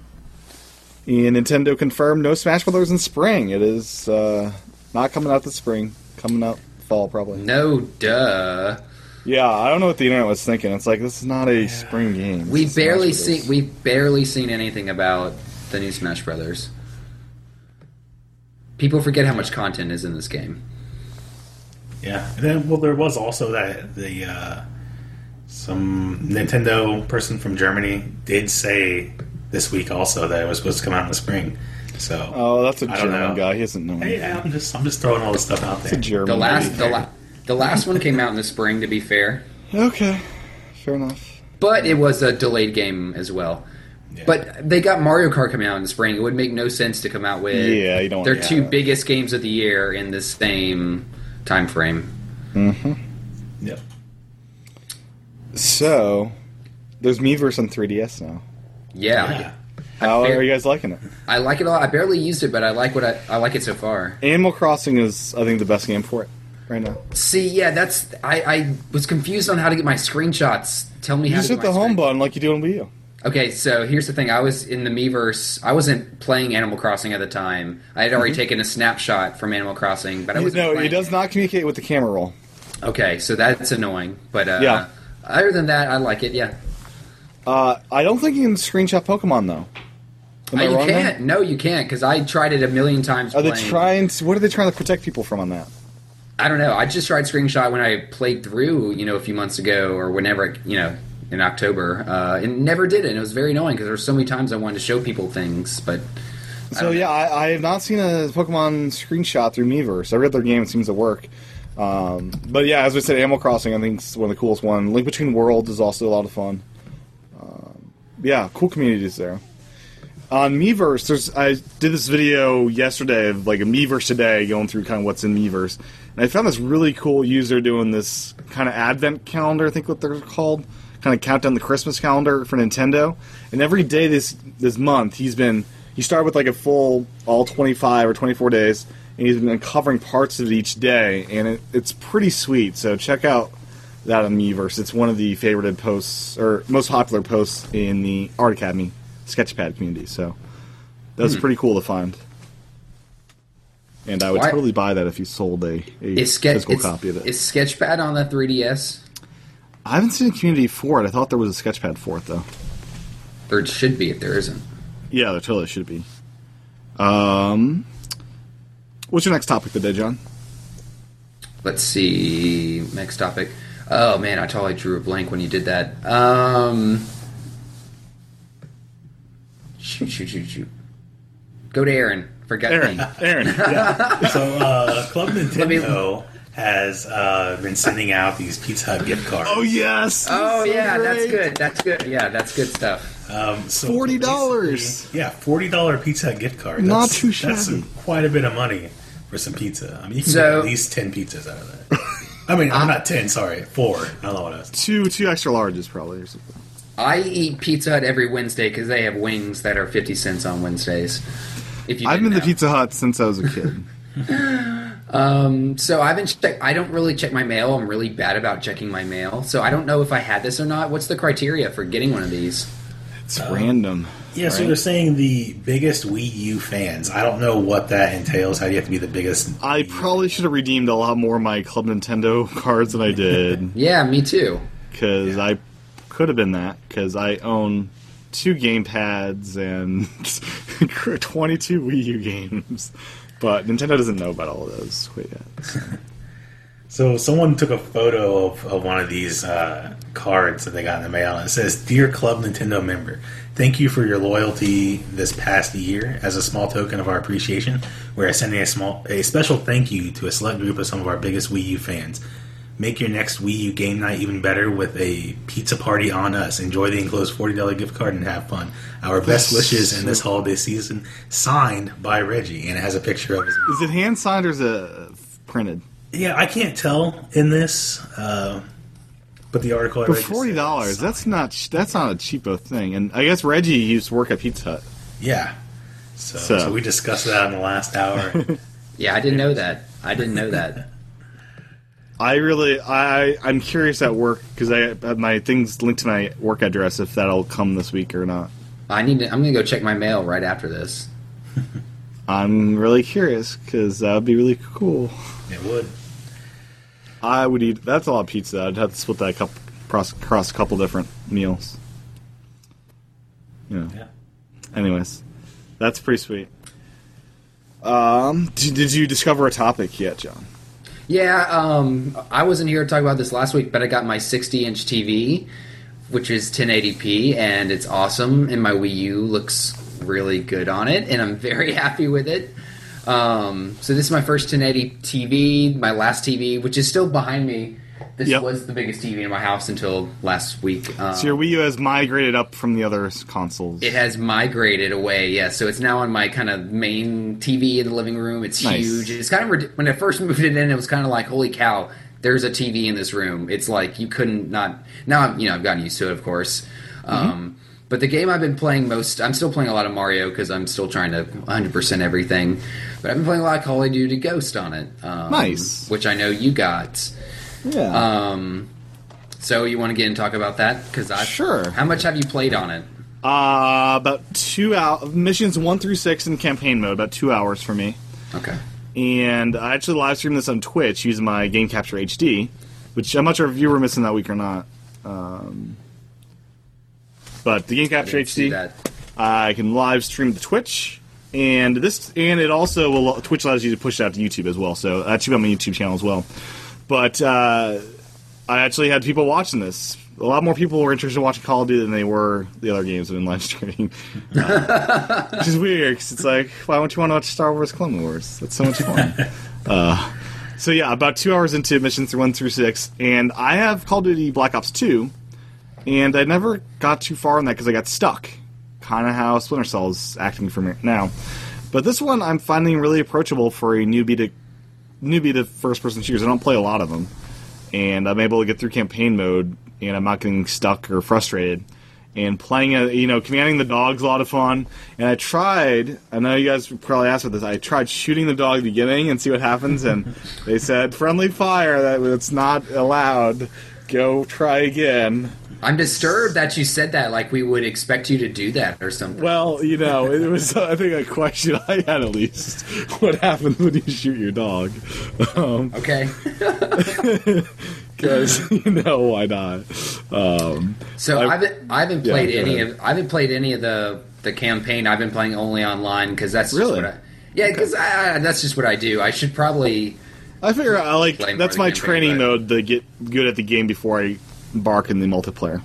B: And Nintendo confirmed no Smash Brothers in spring. It is uh, not coming out this spring. Coming out fall probably.
D: no, duh.
B: Yeah, I don't know what the internet was thinking. It's like this is not a spring game.
D: We
B: This is
D: barely
B: Smash Brothers.
D: seen. We've barely seen anything about the new Smash Brothers. People forget how much content is in this game.
C: Yeah. And then, well, there was also that the uh, some Nintendo person from Germany did say this week also that it was supposed to come out in the spring. So
B: Oh, that's a
C: I don't
B: German
C: know.
B: guy. He doesn't know.
C: Hey,
B: anything.
C: I'm just I'm just throwing all this stuff out
B: It's a
C: there.
B: German.
D: The last,
B: guy.
D: the, la- the last one came out in the spring. To be fair,
B: Okay, fair enough.
D: But it was a delayed game as well.
C: Yeah.
D: But they got Mario Kart coming out in the spring. It would make no sense to come out with
B: Oh, Yeah, you don't
D: their
B: wanna do
D: two
B: that.
D: biggest games of the year in the same time frame.
C: Yep.
B: So, there's Miiverse on 3DS now.
D: Yeah,
C: Yeah.
B: How
D: fair-
B: are you guys liking it?
D: I like it a lot. I barely used it, but I like what I, I like it so far.
B: Animal Crossing is, I think, the best game for it right now.
D: See, yeah, that's I, I was confused on how to get my screenshots. Tell me
B: You
D: how
B: just
D: to
B: hit
D: get
B: the
D: my
B: home
D: screen-
B: button like you do on Wii U.
D: Okay, so here's the thing. I was in the Miiverse. I wasn't playing Animal Crossing at the time. I had
B: Mm-hmm.
D: already taken a snapshot from Animal Crossing, but I was
B: No, it does not communicate with the camera roll.
D: Okay, so that's annoying. But uh,
B: Yeah.
D: other than that, I like it. Yeah,
B: Uh, I don't think you can screenshot Pokemon though. Am
D: Uh,
B: I
D: you
B: wrong? there?
D: can't. No, you can't because I tried it a million times.
B: Are they
D: playing.
B: trying? To, what are they trying to protect people from on that?
D: I don't know. I just tried screenshot when I played through, you know, a few months ago or whenever, you know, in October, uh, and never did it. And it was very annoying because there were so many times I wanted to show people things, but
B: So yeah, I, I have not seen a Pokemon screenshot through Miiverse. Every other game seems to work. Um, but yeah, as we said, Animal Crossing I think is one of the coolest one. Link Between Worlds is also a lot of fun. Um, yeah, cool communities there. On Miiverse, there's I did this video yesterday of like a Miiverse today, going through kind of what's in Miiverse, and I found this really cool user doing this kind of advent calendar, I think what they're called, kind of countdown the Christmas calendar for Nintendo. And every day this this month, he's been he started with like a full all 25 or 24 days, and he's been uncovering parts of it each day, and it, it's pretty sweet. So check out that on Miiverse. It's one of the favorited posts or most popular posts in the Art Academy Sketchpad community. So that
D: Hmm.
B: was pretty cool to find. And I would
D: Why-
B: totally buy that if you sold a, a
D: it's sketch.
B: physical
D: it's,
B: copy of it.
D: It's Sketchpad on the 3DS,
B: I haven't seen a community for it. I thought there was a Sketchpad for it though.
D: or it should be if there isn't.
B: Yeah, there totally should be. Um, what's your next topic today, John?
D: Let's see. Next topic. Oh man, I totally drew a blank when you did that. Um, shoot, shoot, shoot, shoot. Go to Aaron for gut
B: Aaron,
D: thing.
B: Aaron, yeah.
C: So uh, Club
D: me-
C: Nintendo has uh, been sending out these Pizza Hut gift cards.
B: oh yes,
D: Oh
B: This is so
D: yeah, that's
B: great.
D: good. That's good. Yeah, that's good stuff.
C: Um, so
B: $40.
C: basically- Yeah, forty dollar Pizza Hut gift card.
B: Not
C: That's-
B: too
C: That's
B: shabby.
C: quite a bit of money for some pizza. I mean, you can
D: So-
C: get at least ten pizzas out of that. I mean, I'm not ten. Sorry, four. I don't know what I was.
B: Two two extra larges probably or something.
D: I eat Pizza Hut every Wednesday because they have wings that are fifty cents on Wednesdays. If you
B: I've been
D: didn't
B: to
D: know.
B: Pizza Hut since I was a kid.
D: So I've been check. I don't really check my mail. I'm really bad about checking my mail. So I don't know if I had this or not. What's the criteria for getting one of these?
B: It's random.
C: Yeah, so they're saying the biggest Wii U fans. I don't know what that entails. How do you have to be the biggest?
B: I probably should have redeemed a lot more of my Club Nintendo cards than I did
D: Yeah, me too.
B: because I could have been that because I own two gamepads and 22 Wii U games. But Nintendo doesn't know about all of those quite yet.
C: So someone took a photo of, of one of these uh, cards that they got in the mail, and it says, "Dear Club Nintendo member, thank you for your loyalty this past year. As a small token of our appreciation, we are sending a small, a special thank you to a select group of some of our biggest Wii U fans. Make your next Wii U game night even better with a pizza party on us. Enjoy the enclosed forty dollar gift card and have fun. Our best wishes in this holiday season. Signed by Reggie, and it has a picture of his.
B: Is it hand signed or is it printed?
C: Yeah, I can't tell in this, uh, but the article I
B: For
C: read just
B: forty dollars,
C: says-
B: that's not sh- that's not a cheapo thing. And I guess Reggie used to work at Pizza Hut.
C: Yeah. So,
B: So.
C: so. we discussed that in the last hour.
D: Yeah, I didn't know that. I didn't know that.
B: I really, I, I'm curious at work because I have my things linked to my work address if that'll come this week or not.
D: I need to. I'm gonna go check my mail right after this.
B: I'm really curious because that would be really cool.
C: it would.
B: I would eat. That's a lot of pizza. I'd have to split that couple across, across a couple different meals. You know.
C: Yeah.
B: Anyways, that's pretty sweet. Um, did, did you discover a topic yet, John?
D: Yeah, um, I wasn't here to talk about this last week, but I got my 60 inch TV, which is 1080p, and it's awesome. And my Wii U looks really good on it, and I'm very happy with it. Um, so this is my first 1080 TV, my last TV, which is still behind me. This
B: Yep.
D: was the biggest TV in my house until last week. Um,
B: So your Wii U has migrated up from the other s- consoles.
D: it has migrated away, yeah. So it's now on my kind of main TV in the living room. It's
B: Nice.
D: huge. It's kind of rid- when I first moved it in, it was kind of like, holy cow, there's a TV in this room. It's like you couldn't not. Now I'm, you know I've gotten used to it, of course.
B: Mm-hmm.
D: Um, but the game I've been playing most, I'm still playing a lot of Mario because I'm still trying to 100% everything. But I've been playing a lot of Call of Duty Ghost on it. Um,
B: Nice.
D: which I know you got.
B: yeah.
D: Um, so you want to get and talk about that? Because I
B: Sure.
D: How much have you played on it?
B: Uh, about two hours. Missions one through six in campaign mode. About two hours for me.
D: Okay.
B: And I actually live streamed this on Twitch using my Game Capture HD, which I'm not sure if you were missing that week or not. Um, but the Game Capture
D: didn't see
B: HD,
D: that.
B: I can live stream to Twitch, and this, and it also will, Twitch allows you to push it out to YouTube as well. So that should be on my YouTube channel as well. But uh, I actually had people watching this. A lot more people were interested in watching Call of Duty than they were the other games I've been live streaming. which is weird because it's like, why don't you want to watch Star Wars Clone Wars? That's so much fun. uh, so yeah, about two hours into missions through one through six, and I have Call of Duty Black Ops two, and I never got too far in that because I got stuck, kind of how Splinter Cell is acting for me now. But this one I'm finding really approachable for a newbie to newbie to first person shooters. I don't play a lot of them, and I'm able to get through campaign mode, and I'm not getting stuck or frustrated. And playing, a, you know, commanding the dog's a lot of fun. And I tried. I know you guys probably asked about this. I tried shooting the dog at the beginning and see what happens. And they said friendly fire. That it's not allowed. Go try again.
D: I'm disturbed that you said that. Like we would expect you to do that or something.
B: Well, you know, it was I think a question I had at least. What happens when you shoot your dog? Um,
D: okay.
B: because you know why not? Um,
D: So
B: I-
D: I, haven't I haven't
B: Yeah,
D: played
B: go
D: any
B: ahead.
D: of I haven't played any of the the campaign. I've been playing only online because that's just
B: Really?
D: what I, yeah because I, I- that's just what I do. I should probably
B: I figure I like
D: Blame
B: that's
D: Marty
B: my
D: Campaign,
B: training
D: but-
B: mode to get good at the game before I embark in the multiplayer.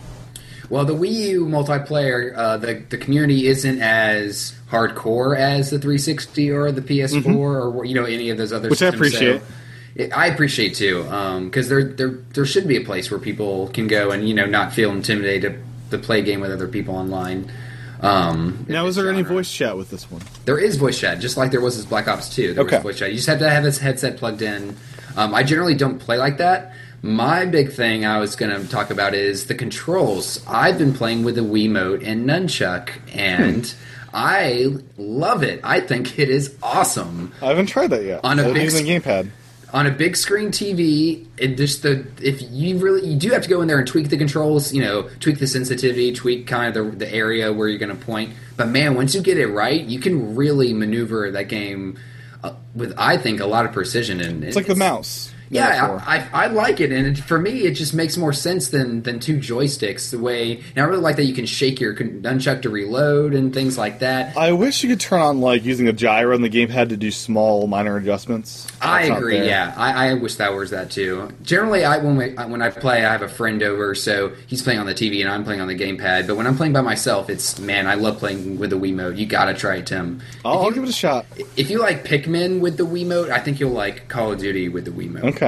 D: Well, the Wii U multiplayer, uh, the the community isn't as hardcore as the 360 or the PS4 or you know any of those
B: Mm-hmm.
D: other.
B: Which I
D: systems,
B: appreciate.
D: So it, I appreciate too, because there there there should be a place where people can go and you know not feel intimidated to, to play a game with other people online. Um,
B: Now, is there any
D: genre.
B: voice chat with this one?
D: There is voice chat, just like there was as Black Ops 2. There
B: Okay.
D: was voice chat. You just have to have this headset plugged in. Um, I generally don't play like that. My big thing I was going to talk about is the controls. I've been playing with the Wiimote and Nunchuck, and I love it. I think it is awesome
B: I haven't tried that yet.
D: On a
B: I've been
D: big
B: using gamepad.
D: on a big screen TV, it just the if you really you do have to go in there and tweak the controls, you know, tweak the sensitivity, tweak kind of the, the area where you're going to point. But man, once you get it right, you can really maneuver that game uh, with I think a lot of precision. And
B: It's like the mouse.
D: Yeah,
B: metaphor.
D: I, I, I like it, and it, for me, it just makes more sense than than two joysticks. The way, and I really like that you can shake your con- nunchuck to reload and things like that.
B: I wish you could turn on like using a gyro on the gamepad to do small minor adjustments.
D: I
B: That's not
D: agree.
B: there.
D: Yeah, I, I wish that was that too. Generally, I when we, when I play, I have a friend over, so he's playing on the TV and I'm playing on the gamepad. But when I'm playing by myself, it's man, I love playing with the Wiimote. You gotta try it, Tim.
B: I'll, I'll
D: if, you,
B: give it a shot.
D: if you like Pikmin with the Wiimote, I think you'll like Call of Duty with the Wiimote.
B: Okay.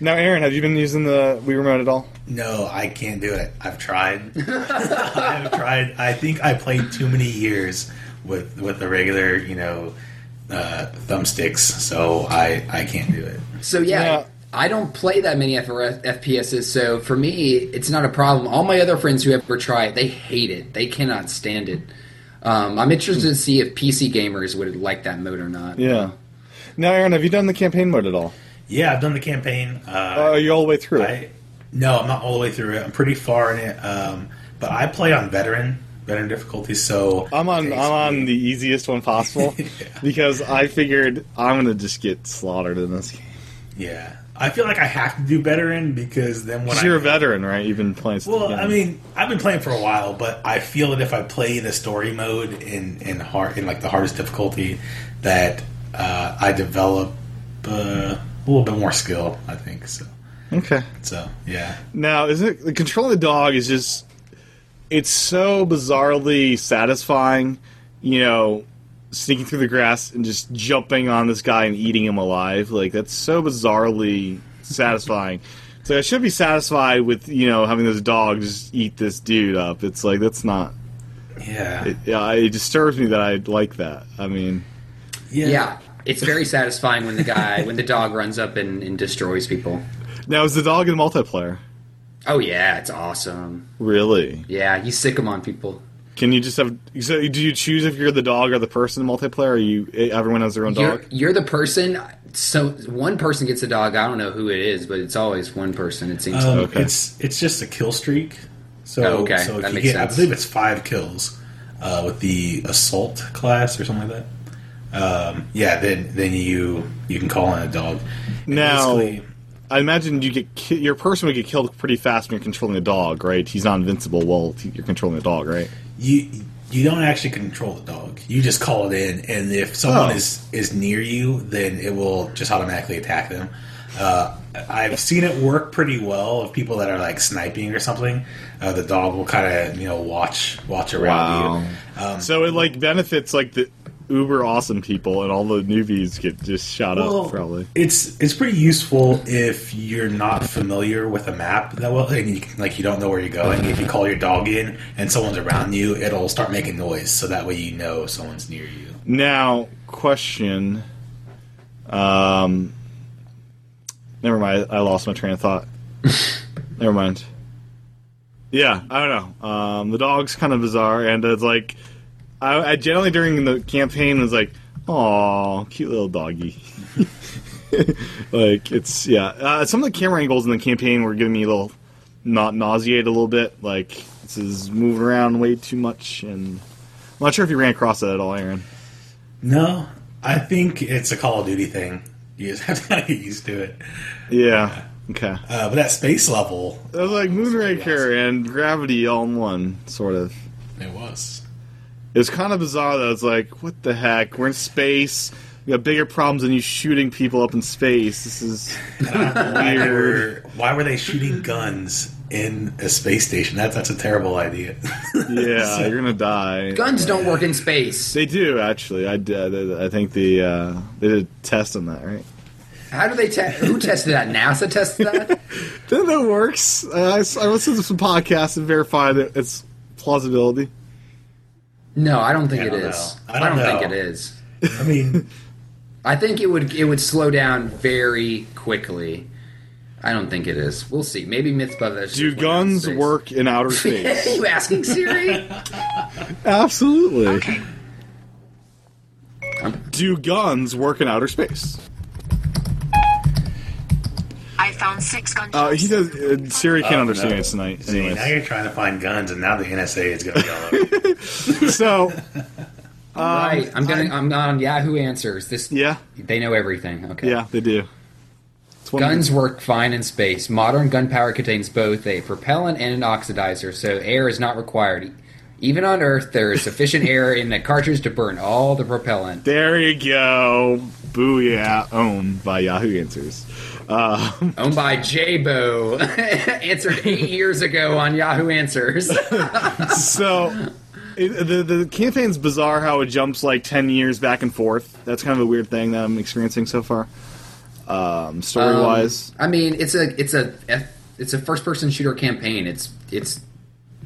B: Now, Aaron, have you been using the Wii remote at all?
C: No, I can't do it. I've tried. I've tried. I think I played too many years with with the regular, you know, uh, thumbsticks, so I I can't do it.
D: So yeah,
B: Yeah.
D: I don't play that many FR- FPSs, so for me, it's not a problem. All my other friends who ever try it, they hate it. They cannot stand it. Um, I'm interested to see if PC gamers would like that mode or not.
B: Yeah. Now, Aaron, have you done the campaign mode at all?
C: Yeah, I've done the campaign.
B: Uh,
C: Uh,
B: are you all the way through? it?
C: I, no, I'm not all the way through it. I'm pretty far in it, um, but I play on veteran veteran difficulty, so
B: I'm on.
C: Takes
B: I'm on the easiest one possible because I figured I'm gonna just get slaughtered in this game.
C: Yeah, I feel like I have to do veteran because then when
B: 'Cause
C: I,
B: you're a veteran, right? You've been playing.
C: Well,
B: games.
C: I mean, I've been playing for a while, but I feel that if I play the story mode in in hard in like the hardest difficulty, that uh, I develop uh, a little bit more skill. I think so.
B: okay.
C: So yeah,
B: Now, is it the control of the dog is just it's so bizarrely satisfying, you know, sneaking through the grass and just jumping on this guy and eating him alive. Like that's so bizarrely satisfying. So I should be satisfied with, you know, having this dog just eat this dude up. It's like that's not
C: yeah,
B: it, yeah, it disturbs me that I like that. I mean,
D: Yeah, it's very satisfying when the guy, when the dog runs up and, and destroys people.
B: now is the dog in multiplayer?
D: Oh yeah, it's awesome.
B: Really?
D: Yeah, you sick 'em on people.
B: Can you just have? So do you choose if you're the dog or the person in multiplayer? Or you everyone has their own
D: You're,
B: dog?
D: you're the person. So one person gets a dog. I don't know who it is, but it's always one person. It seems.
C: Um,
D: like.
B: Okay.
C: It's it's just a kill streak. So
D: Oh, okay.
C: so if
D: That
C: you
D: makes
C: get, I
D: sense.
C: believe it's five kills uh, with the assault class or something like that. Um, yeah, then then you you can call in a dog. And
B: Now,
C: basically-
B: I imagine you get ki- your person would get killed pretty fast when you're controlling a dog, right? He's not invincible while t- you're controlling a dog, right?
C: you you don't actually control the dog. You just call it in, and if someone
B: Oh.
C: is is near you, then it will just automatically attack them. Uh, I've seen it work pretty well of people that are like sniping or something. Uh, the dog will kind of you know watch watch around you.
B: so it like benefits like the uber awesome people, and all the newbies get just shot
C: Well,
B: up probably.
C: Oh, it's it's pretty useful if you're not familiar with a map that well, and you, can- like you don't know where you're going. If you call your dog in and someone's around you, it'll start making noise, so that way you know someone's near you.
B: Now, question. Um, never mind. I lost my train of thought. never mind. Yeah, I don't know. Um, the dog's kind of bizarre, and it's like, I, I generally during the campaign was like, "Aw, cute little doggy." like it's yeah. Uh, some of the camera angles in the campaign were giving me a little, not nauseated a little bit. Like this is moving around way too much, and I'm not sure if you ran across that at all, Aaron.
C: No, I think it's a Call of Duty thing. You just have to get used to it.
B: Yeah. Okay.
C: Uh, but that space level,
B: It was like Moonraker and Gravity all in one, sort of.
C: it was.
B: It was kind of bizarre though. It's like, what the heck? We're in space. We got bigger problems than you shooting people up in space. This is
C: Why
B: Weird.
C: were, why were they shooting guns in a space station. That, that's a terrible idea.
B: Yeah, you're gonna die.
D: Guns don't work in space.
B: They do actually. I, d- uh, th- I think the uh, they did a test on that, right?
D: How do they test? Who tested that? NASA tested that.
B: Then that works. Uh, I, s- I listened to some podcasts and verified that its plausibility.
D: No, I don't think
C: I
D: it
C: don't
D: is.
C: know. I don't
D: think
C: know.
D: it is.
C: I mean,
D: I think it would it would slow down very quickly. I don't think it is. We'll see. Maybe MythBusters.
B: Do
D: went out in
B: guns
D: space.
B: work in outer space?
D: you asking Siri?
B: Absolutely. Do guns work in outer space?
E: I found six gunshots.
B: Uh, he does. Uh, Siri can't understand
C: Oh, no.
B: us tonight.
C: see, now
B: Anyways,
C: you're trying to find guns, and now the NSA is going to go. over.
B: so
D: right. I'm gonna. I, am on Yahoo Answers. This.
B: yeah,
D: They know everything. Okay.
B: yeah, they do. It's one of the-
D: Guns work fine in space. Modern gunpowder contains both a propellant and an oxidizer, so air is not required. Even on Earth, there is sufficient air in the cartridge to burn all the propellant.
B: There you go. Booyah. Owned by Yahoo Answers. Uh,
D: Owned by J-Bo. Answered eight years ago on Yahoo Answers.
B: so, it, the, the campaign's bizarre how it jumps like 10 years back and forth. That's kind of a weird thing that I'm experiencing so far. Um, story wise.
D: I mean, it's a it's a it's a first person shooter campaign. It's it's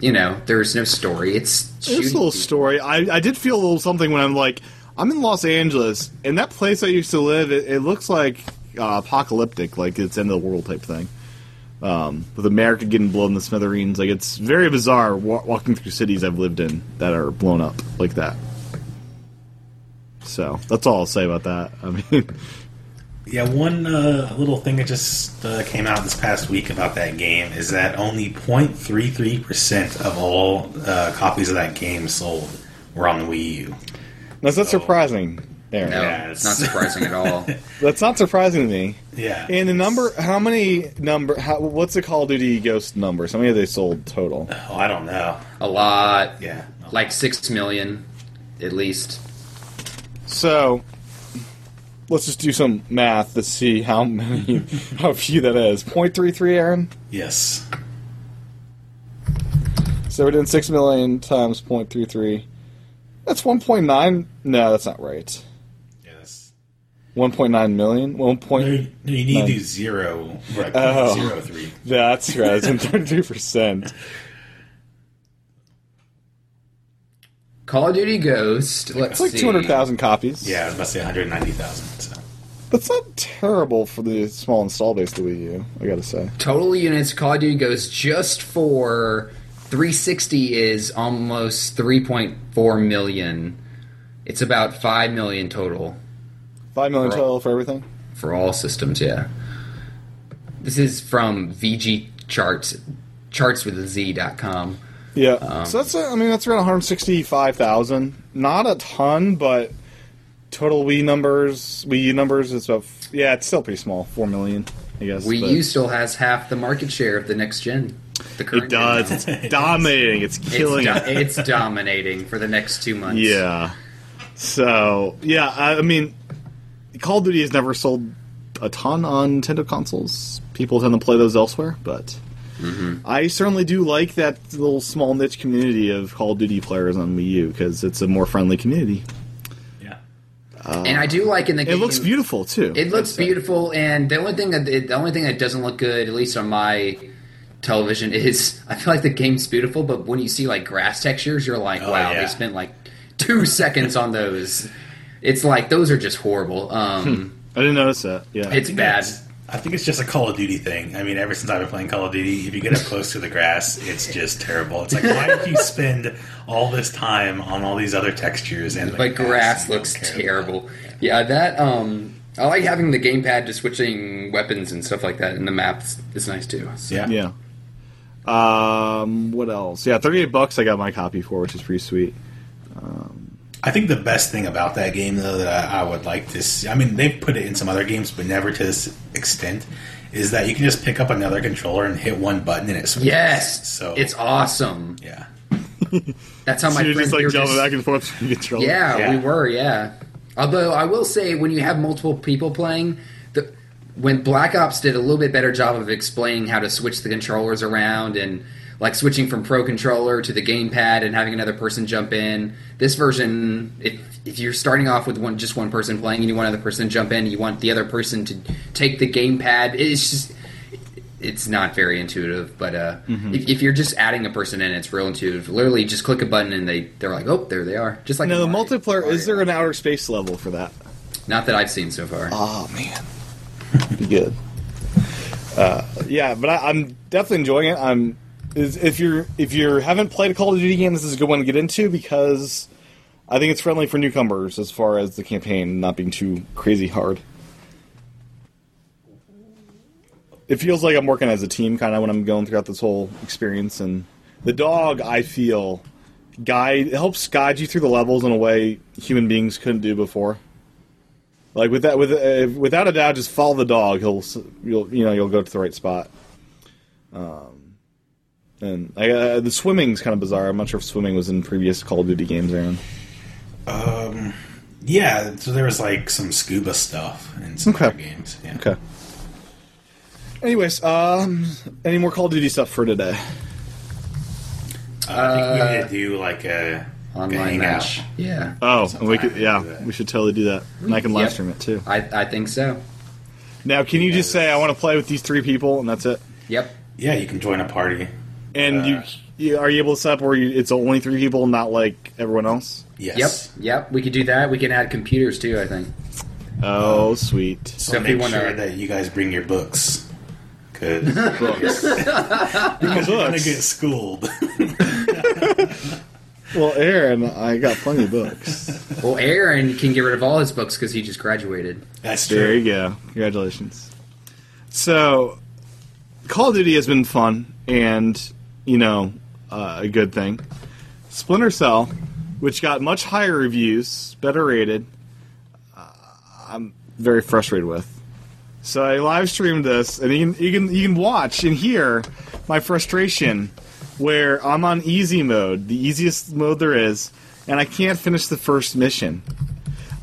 D: you know there's no story. It's shooting
B: This little
D: people.
B: story, I, I did feel a little something when I'm like, I'm in Los Angeles, and that place I used to live, it, it looks like uh, apocalyptic, like it's end of the world type thing. Um, with America getting blown to smithereens, like it's very bizarre wa- walking through cities I've lived in that are blown up like that. So that's all I'll say about that. I mean,
C: Yeah, one uh, little thing that just uh, came out this past week about that game is that only 0.33% of all uh, copies of that game sold were on the Wii U.
B: that's not surprising. There,
D: No,
C: Yeah,
D: it's not
C: it's-
D: surprising at all.
B: that's not surprising to me.
C: Yeah.
B: And the number, how many number? How, what's the Call of Duty Ghost numbers? How many have they sold total?
C: Oh, I don't know.
D: A lot,
C: Yeah.
D: like six million at least.
B: So let's just do some math to see how many how few that is. 0.33, Aaron.
C: Yes.
B: So we're doing six million times 0.33. That's 1.9. No, that's not right.
C: Yes.
B: 1.9 million. One
C: No,
B: point.
C: you no, you need
B: None.
C: to do zero, right,
B: Oh.
C: zero three.
B: That's right. It's in 33 percent.
D: Call of Duty Ghost. Let's
B: It's like
D: see.
B: 200,000 copies.
C: Yeah, I was about to say 190,000. So.
B: That's not terrible for the small install base to Wii U. I gotta say.
D: Total units Call of Duty Ghost just for 360 is almost 3.4 million. It's about 5 million total.
B: Five million
D: Right.
B: total for everything.
D: for all systems. Yeah, this is from VG Charts, charts with a Z dot com.
B: Yeah. so that's uh, I mean that's around 165,000. Not a ton, but total Wii numbers, Wii U numbers it's about f- yeah, it's still pretty small, 4 million, I guess.
D: Wii
B: but-
D: U still has half the market share of the next gen. The current
B: it does.
D: gen.
B: It's dominating. It's killing
D: It's,
B: it.
D: do- it's dominating for the next two months.
B: Yeah. So, yeah, I, I mean Call of Duty has never sold a ton on Nintendo consoles. People tend to play those elsewhere, but I certainly do like that little small niche community of Call of Duty players on Wii U because it's a more friendly community.
C: Yeah.
D: and I do like in the
B: It
D: game.
B: looks beautiful too.
D: It looks beautiful, and the only thing that the only thing that doesn't look good, at least on my television, is I feel like the game's beautiful, but when you see like grass textures, you're like, wow,
C: yeah.
D: they spent like two seconds on those. It's like those are just horrible. Um,
B: I didn't notice that. Yeah,
D: it's bad.
C: I think it's just a Call of Duty thing. I mean, ever since I've been playing Call of Duty, if you get up close to the grass, it's just terrible. It's like, why did you spend all this time on all these other textures and
D: But grass
C: you don't
D: looks
C: care about?
D: terrible. Yeah, that. Um, I like having the gamepad to switching weapons and stuff like that, and the maps is nice too. So-
C: Yeah.
B: yeah. Um, what else? Yeah, thirty-eight bucks. I got my copy for, which is pretty sweet.
C: I think the best thing about that game, though, that I, I would like to see, I mean, they've put it in some other games, but never to this extent, is that you can just pick up another controller and hit one button and it switches.
D: Yes,
C: So,
D: it's awesome.
C: yeah.
D: That's how my
B: So you're
D: friends
B: just like
D: were
B: jumping
D: just-
B: back and forth from your controller.
D: Yeah,
C: Yeah.
D: we were. Yeah. Although I will say, when you have multiple people playing, the when Black Ops did a little bit better job of explaining how to switch the controllers around and like switching from pro controller to the gamepad and having another person jump in. This version, if if you're starting off with one just one person playing and you want another person to jump in, you want the other person to take the gamepad. It's just it's not very intuitive, but uh, if, if you're just adding a person in, it's real intuitive. Literally, just click a button and they they're like, oh, there they are. Just like
B: No, the
D: in Mario-
B: multiplayer. Is
D: Mario.
B: there an outer space level for that?
D: Not that I've seen so far.
B: Oh man, be good. Uh, yeah, but I, I'm definitely enjoying it. I'm is, if you're if you haven't played a Call of Duty game, this is a good one to get into because I think it's friendly for newcomers as far as the campaign not being too crazy hard. It feels like I'm working as a team kind of when I'm going throughout this whole experience, and the dog I feel guide helps guide you through the levels in a way human beings couldn't do before. Like with that, with uh, without a doubt, just follow the dog. He'll s- you'll you know you'll go to the right spot. Um, and I, uh, the swimming's kind of bizarre. I'm not sure if swimming was in previous Call of Duty games, Aaron.
C: Yeah, so there was like some scuba stuff in some
B: Okay.
C: other games. Yeah.
B: Okay. Anyways, um, any more Call of Duty stuff for today?
C: Uh, I think we need to do like a a
D: Online
C: hangout.
D: match. Yeah,
B: Oh,
C: Something
B: we
C: I
B: could
C: can do
B: yeah,
C: that.
B: we should totally do that, and I can live
D: Yep.
B: stream it too.
D: I I think so.
B: Now, can you just say I want to play with these three people, and that's it?
D: Yep.
C: Yeah, you can join a party.
B: And you,
C: Uh.
B: you are you able to set up where you, it's only three people, not like everyone else?
C: Yes.
D: Yep. Yep. We could do that. We can add computers too. I think.
B: Oh, sweet.
C: So
D: So if we
C: make
D: wanna-
C: sure that you guys bring your books. Because you're going to
B: Books.
C: get schooled.
B: Well, Aaron, I got plenty of books.
D: Well, Aaron can get rid of all his books because he just graduated.
C: That's
B: there
C: true.
B: you go. Congratulations. So, Call of Duty has been fun and, you know, uh, a good thing. Splinter Cell, which got much higher reviews, better rated, uh, I'm very frustrated with. So I live streamed this, and you can, you can you can watch and hear my frustration where I'm on easy mode, the easiest mode there is, and I can't finish the first mission.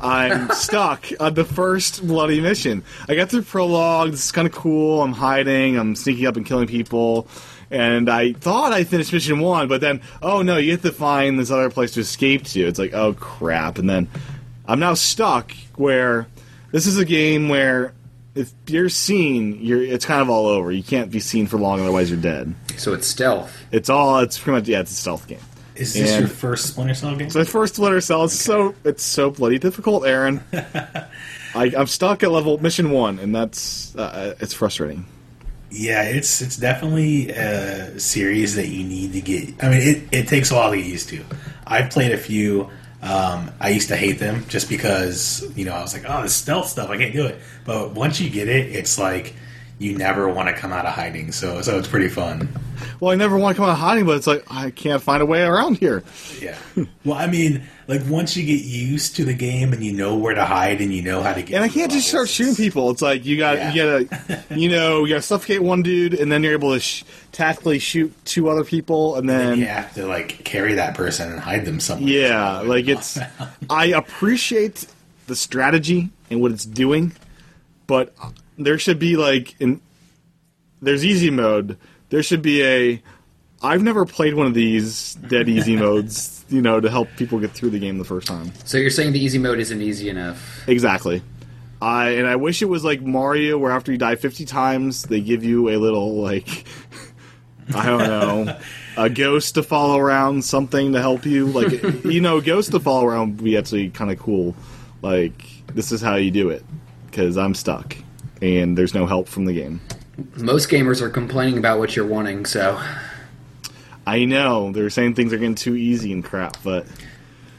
B: I'm stuck on the first bloody mission. I got through prologue. This is kind of cool. I'm hiding. I'm sneaking up and killing people. And I thought I finished mission one, but then oh no, you have to find this other place to escape to. It's like oh crap. And then I'm now stuck where this is a game where if you're seen, you're it's kind of all over. You can't be seen for long, otherwise you're dead.
D: So it's stealth.
B: It's all it's pretty much yeah, it's a stealth game.
C: Is this
B: And-
C: your first Splinter Cell game?
B: So the first Splinter Cell is so it's so bloody difficult, Aaron. I, I'm stuck at level mission one, and that's uh, it's frustrating.
C: Yeah, it's it's definitely a series that you need to get. I mean, it, it takes a while to get used to. I've played a few. Um, I used to hate them just because you know I was like, oh, this stealth stuff, I can't do it. But once you get it, it's like you never want to come out of hiding. So so it's pretty fun.
B: Well, I never want to come out hiding, but it's like I can't find a way around here.
C: Yeah.
B: Hmm.
C: well, I mean, like once you get used to the game and you know where to hide and you know how to get,
B: And I
C: through
B: can't just start
C: levels,
B: shooting people. It's like you got you gotta you know you gotta suffocate one dude, and then you're able to sh- tactically shoot two other people, and then
C: You have to like carry that person and hide them somewhere.
B: Yeah, like it's. I appreciate the strategy and what it's doing, but there should be like in. There's easy mode. There should be a. I've never played one of these dead easy modes, you know, to help people get through the game the first time.
D: So you're saying the easy mode isn't easy enough?
B: Exactly. I and I wish it was like Mario, where after you die 50 times, they give you a little like I don't know, a ghost to follow around, something to help you. Like you know, a ghost to follow around would be actually kind of cool. Like this is how you do it because I'm stuck and there's no help from the game.
D: Most gamers are complaining about what you're wanting. So
B: I know they're saying things are getting too easy and crap, but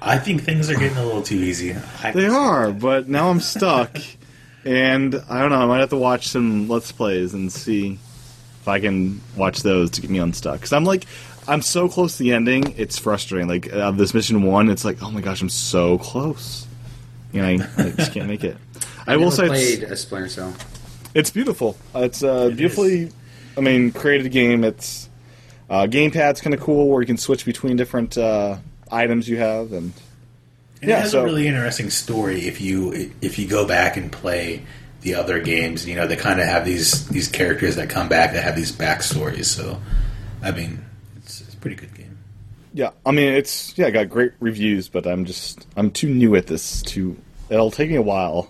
C: I think things are getting a little too easy. I,
B: they are. But now I'm stuck, and I don't know. I might have to watch some let's plays and see if I can watch those to get me unstuck. Because I'm like, I'm so close to the ending. It's frustrating. Like uh, this mission one, it's like, oh my gosh, I'm so close. You know, I, I just can't make it. I, will
D: Never
B: say
D: played
B: it's,
D: a Splinter Cell.
B: it's beautiful. It's uh,
C: is.
B: beautifully, I mean, created game. It's uh, gamepad's kind of cool where you can switch between different uh, items you have and.
C: And
B: Yeah,
C: it has
B: so-
C: a really interesting story if you if you go back and play the other games. You know, they kind of have these these characters that come back that have these backstories. So, I mean, it's, it's a pretty good game.
B: Yeah, I mean it's yeah, I got great reviews, but I'm just I'm too new at this to it'll take me a while.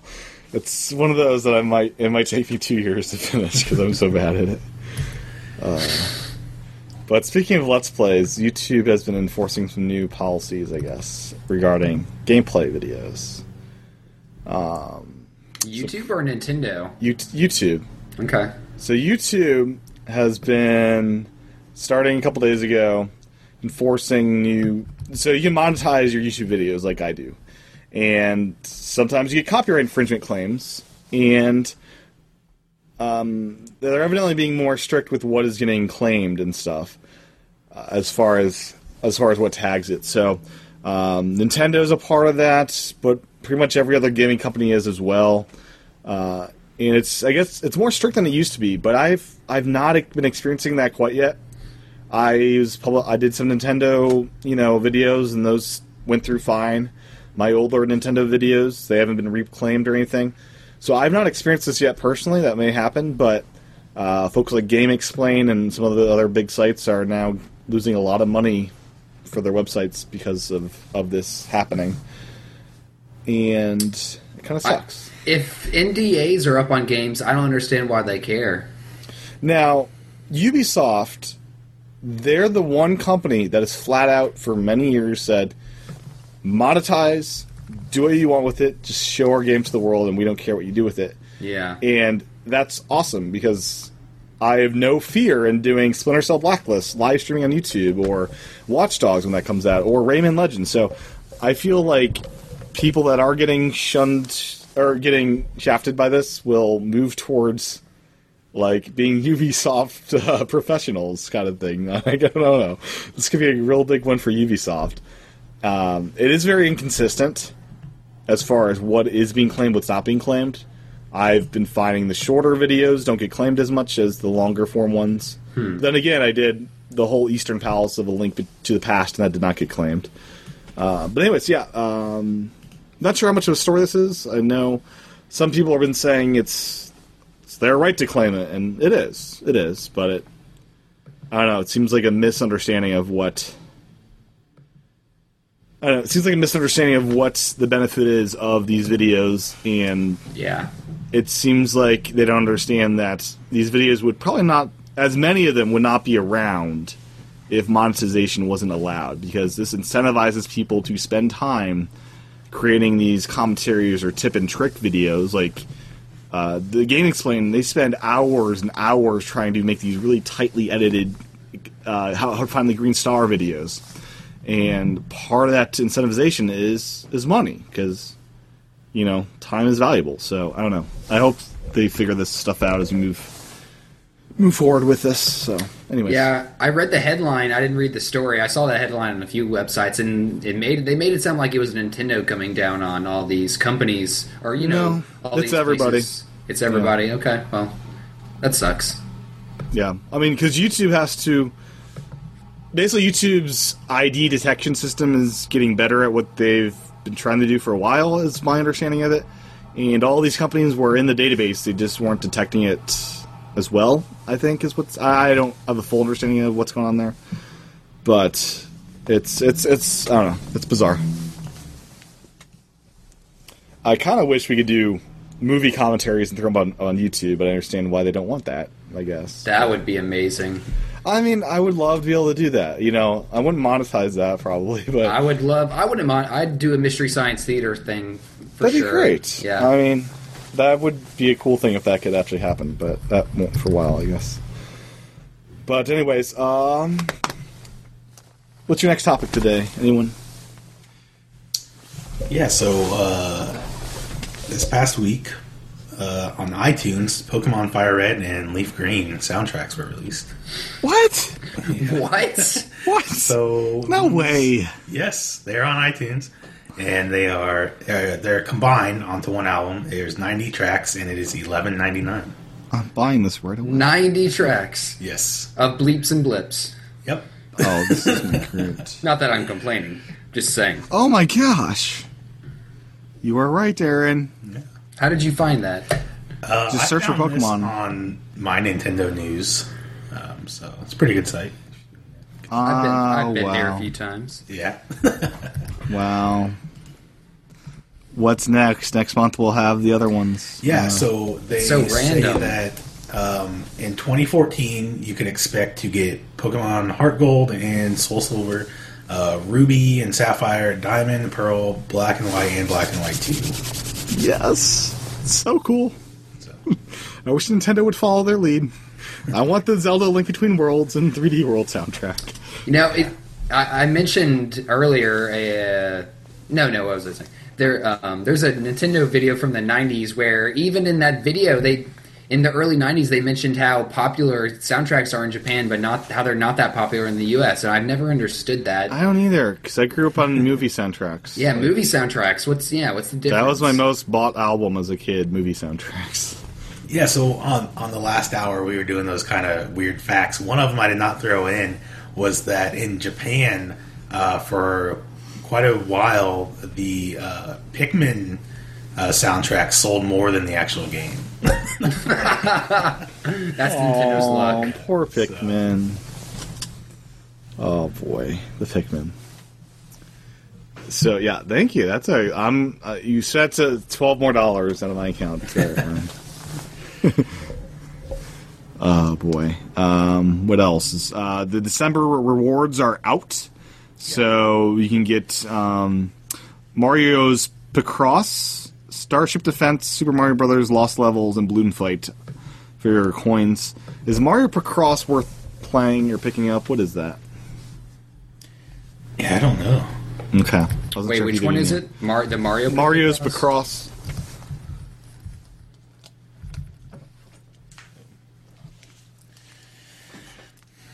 B: It's one of those that I might it might take me 2 years to finish cuz I'm so bad at it. Uh, but speaking of let's plays, YouTube has been enforcing some new policies, I guess, regarding gameplay videos. Um
D: YouTube or Nintendo?
B: You- YouTube.
D: Okay.
B: So YouTube has been starting a couple days ago enforcing new so you can monetize your YouTube videos like I do. And sometimes you get copyright infringement claims and um, they're evidently being more strict with what is getting claimed and stuff uh, as far as as far as what tags it. So um, Nintendo's a part of that, but pretty much every other gaming company is as well. Uh, and it's I guess it's more strict than it used to be, but I've I've not e-, been experiencing that quite yet. I was public. I did some Nintendo, you know, videos, and those went through fine. My older Nintendo videos, they haven't been reclaimed or anything. So I've not experienced this yet personally. That may happen, but uh, folks like Game Explain and some of the other big sites are now losing a lot of money for their websites because of of this happening, and it kind of sucks.
D: If NDAs are up on games, I don't understand why they care.
B: now, Ubisoft they're the one company that has flat out for many years said monetize do what you want with it just show our game to the world and we don't care what you do with it
D: Yeah.
B: and that's awesome because i have no fear in doing splinter cell blacklist live streaming on youtube or watch dogs when that comes out or rayman legends so i feel like people that are getting shunned or getting shafted by this will move towards like being Ubisoft uh, professionals kind of thing. I don't know. This could be a real big one for Ubisoft. Um, it is very inconsistent as far as what is being claimed, what's not being claimed. I've been finding the shorter videos don't get claimed as much as the longer form ones. Then again, I did the whole Eastern Palace of a Link to the Past, and that did not get claimed. Uh, but anyways, yeah, um, not sure how much of a story this is. I know some people have been saying it's it's their right to claim it, and it is. It is, but it. I don't know. It seems like a misunderstanding of what. I don't know. It seems like a misunderstanding of what the benefit is of these videos, and
D: Yeah.
B: it seems like they don't understand that these videos would probably not, as many of them would not be around if monetization wasn't allowed, because this incentivizes people to spend time creating these commentaries or tip and trick videos. Like uh, the game explained, they spend hours and hours trying to make these really tightly edited uh, how, how to find the green star videos. And part of that incentivization is is money because you know, time is valuable. So I don't know. I hope they figure this stuff out as we move move forward with this. So, anyways,
D: Yeah, I read the headline. I didn't read the story. I saw that headline on a few websites, and it made they made it sound like it was Nintendo coming down on all these companies, or you know,
B: No,
D: all
B: it's
D: these
B: everybody.
D: places. It's everybody. Okay, well, that sucks.
B: yeah. I mean, because YouTube has to basically YouTube's ID detection system is getting better at what they've been trying to do for a while, is my understanding of it. And all these companies were in the database; they just weren't detecting it as well. I think is what's I I don't have a full understanding of what's going on there, but it's it's it's I don't know. It's bizarre. I kind of wish we could do movie commentaries and throw them on, on YouTube, but I understand why they don't want that. I guess.
D: That would be amazing.
B: I mean, I would love to be able to do that. You know, I wouldn't monetize that probably, but
D: I would love. I wouldn't mind. I'd do a mystery science theater thing. For
B: that'd
D: sure.
B: be great.
D: Yeah.
B: I mean, that would be a cool thing if that could actually happen, but that won't for a while, I guess. But anyways, um, what's your next topic today? Anyone?
C: Yeah, so uh, this past week uh, on iTunes, Pokemon Fire Red and Leaf Green soundtracks were released.
B: What?
D: what?
B: What?
C: So
B: no way.
C: yes, they're on iTunes, and they are uh, they're combined onto one album. There's 90 tracks, and it is 11.99.
B: I'm buying this right away.
D: Ninety tracks
C: Yes.
D: of bleeps and blips.
C: Yep.
B: Oh, this is great.
D: Not that I'm complaining. Just saying.
B: Oh my gosh. You are right, Aaron.
D: How did you find that?
C: Uh,
B: Just
C: I
B: search for
C: found this
B: Pokemon.
C: on my Nintendo news. Um, so it's a pretty good site.
D: I've been, I've been
B: Ah, wow.
D: there a few times.
C: Yeah.
B: Wow. What's next? Next month we'll have the other ones.
C: Yeah,
B: Uh,
C: so they
D: So
C: say
D: random.
C: that um, in 2014 you can expect to get Pokemon Heart Gold and Soul Silver, uh, Ruby and Sapphire, Diamond, Pearl, Black and White, and Black and White Two.
B: yes, so cool. I wish Nintendo would follow their lead. I want the Zelda Link Between Worlds and 3D World soundtrack.
D: You know, it, I, I mentioned earlier. A, uh, no, no, what was I saying? There, um, there's a Nintendo video from the '90s where even in that video, they in the early '90s they mentioned how popular soundtracks are in Japan, but not how they're not that popular in the U.S. And I've never understood that.
B: I don't either because I grew up on movie soundtracks.
D: yeah, movie soundtracks. What's yeah? What's the difference?
B: That was my most bought album as a kid. Movie soundtracks.
C: Yeah, so on on the last hour we were doing those kind of weird facts. One of them I did not throw in was that in Japan, uh, for quite a while, the uh, Pikmin uh, soundtrack sold more than the actual game.
D: That's Nintendo's luck.
B: poor Pikmin. Oh boy, the Pikmin. So yeah, thank you. That's a I'm uh, you set to twelve more dollars out of my account. there, Ryan. oh boy. Um, what else? Is, uh, the December re- rewards are out, so you can get um, Mario's Picross, Starship Defense, Super Mario Brothers, Lost Levels, and Balloon Fight for your coins. Is Mario Picross worth playing or picking up? What is that?
C: Yeah, I don't know.
B: Okay. I wasn't
D: Wait,
B: sure if
D: which
B: you
D: one
B: knew.
D: is it? Mar- the Mario.
B: Mario's Picross.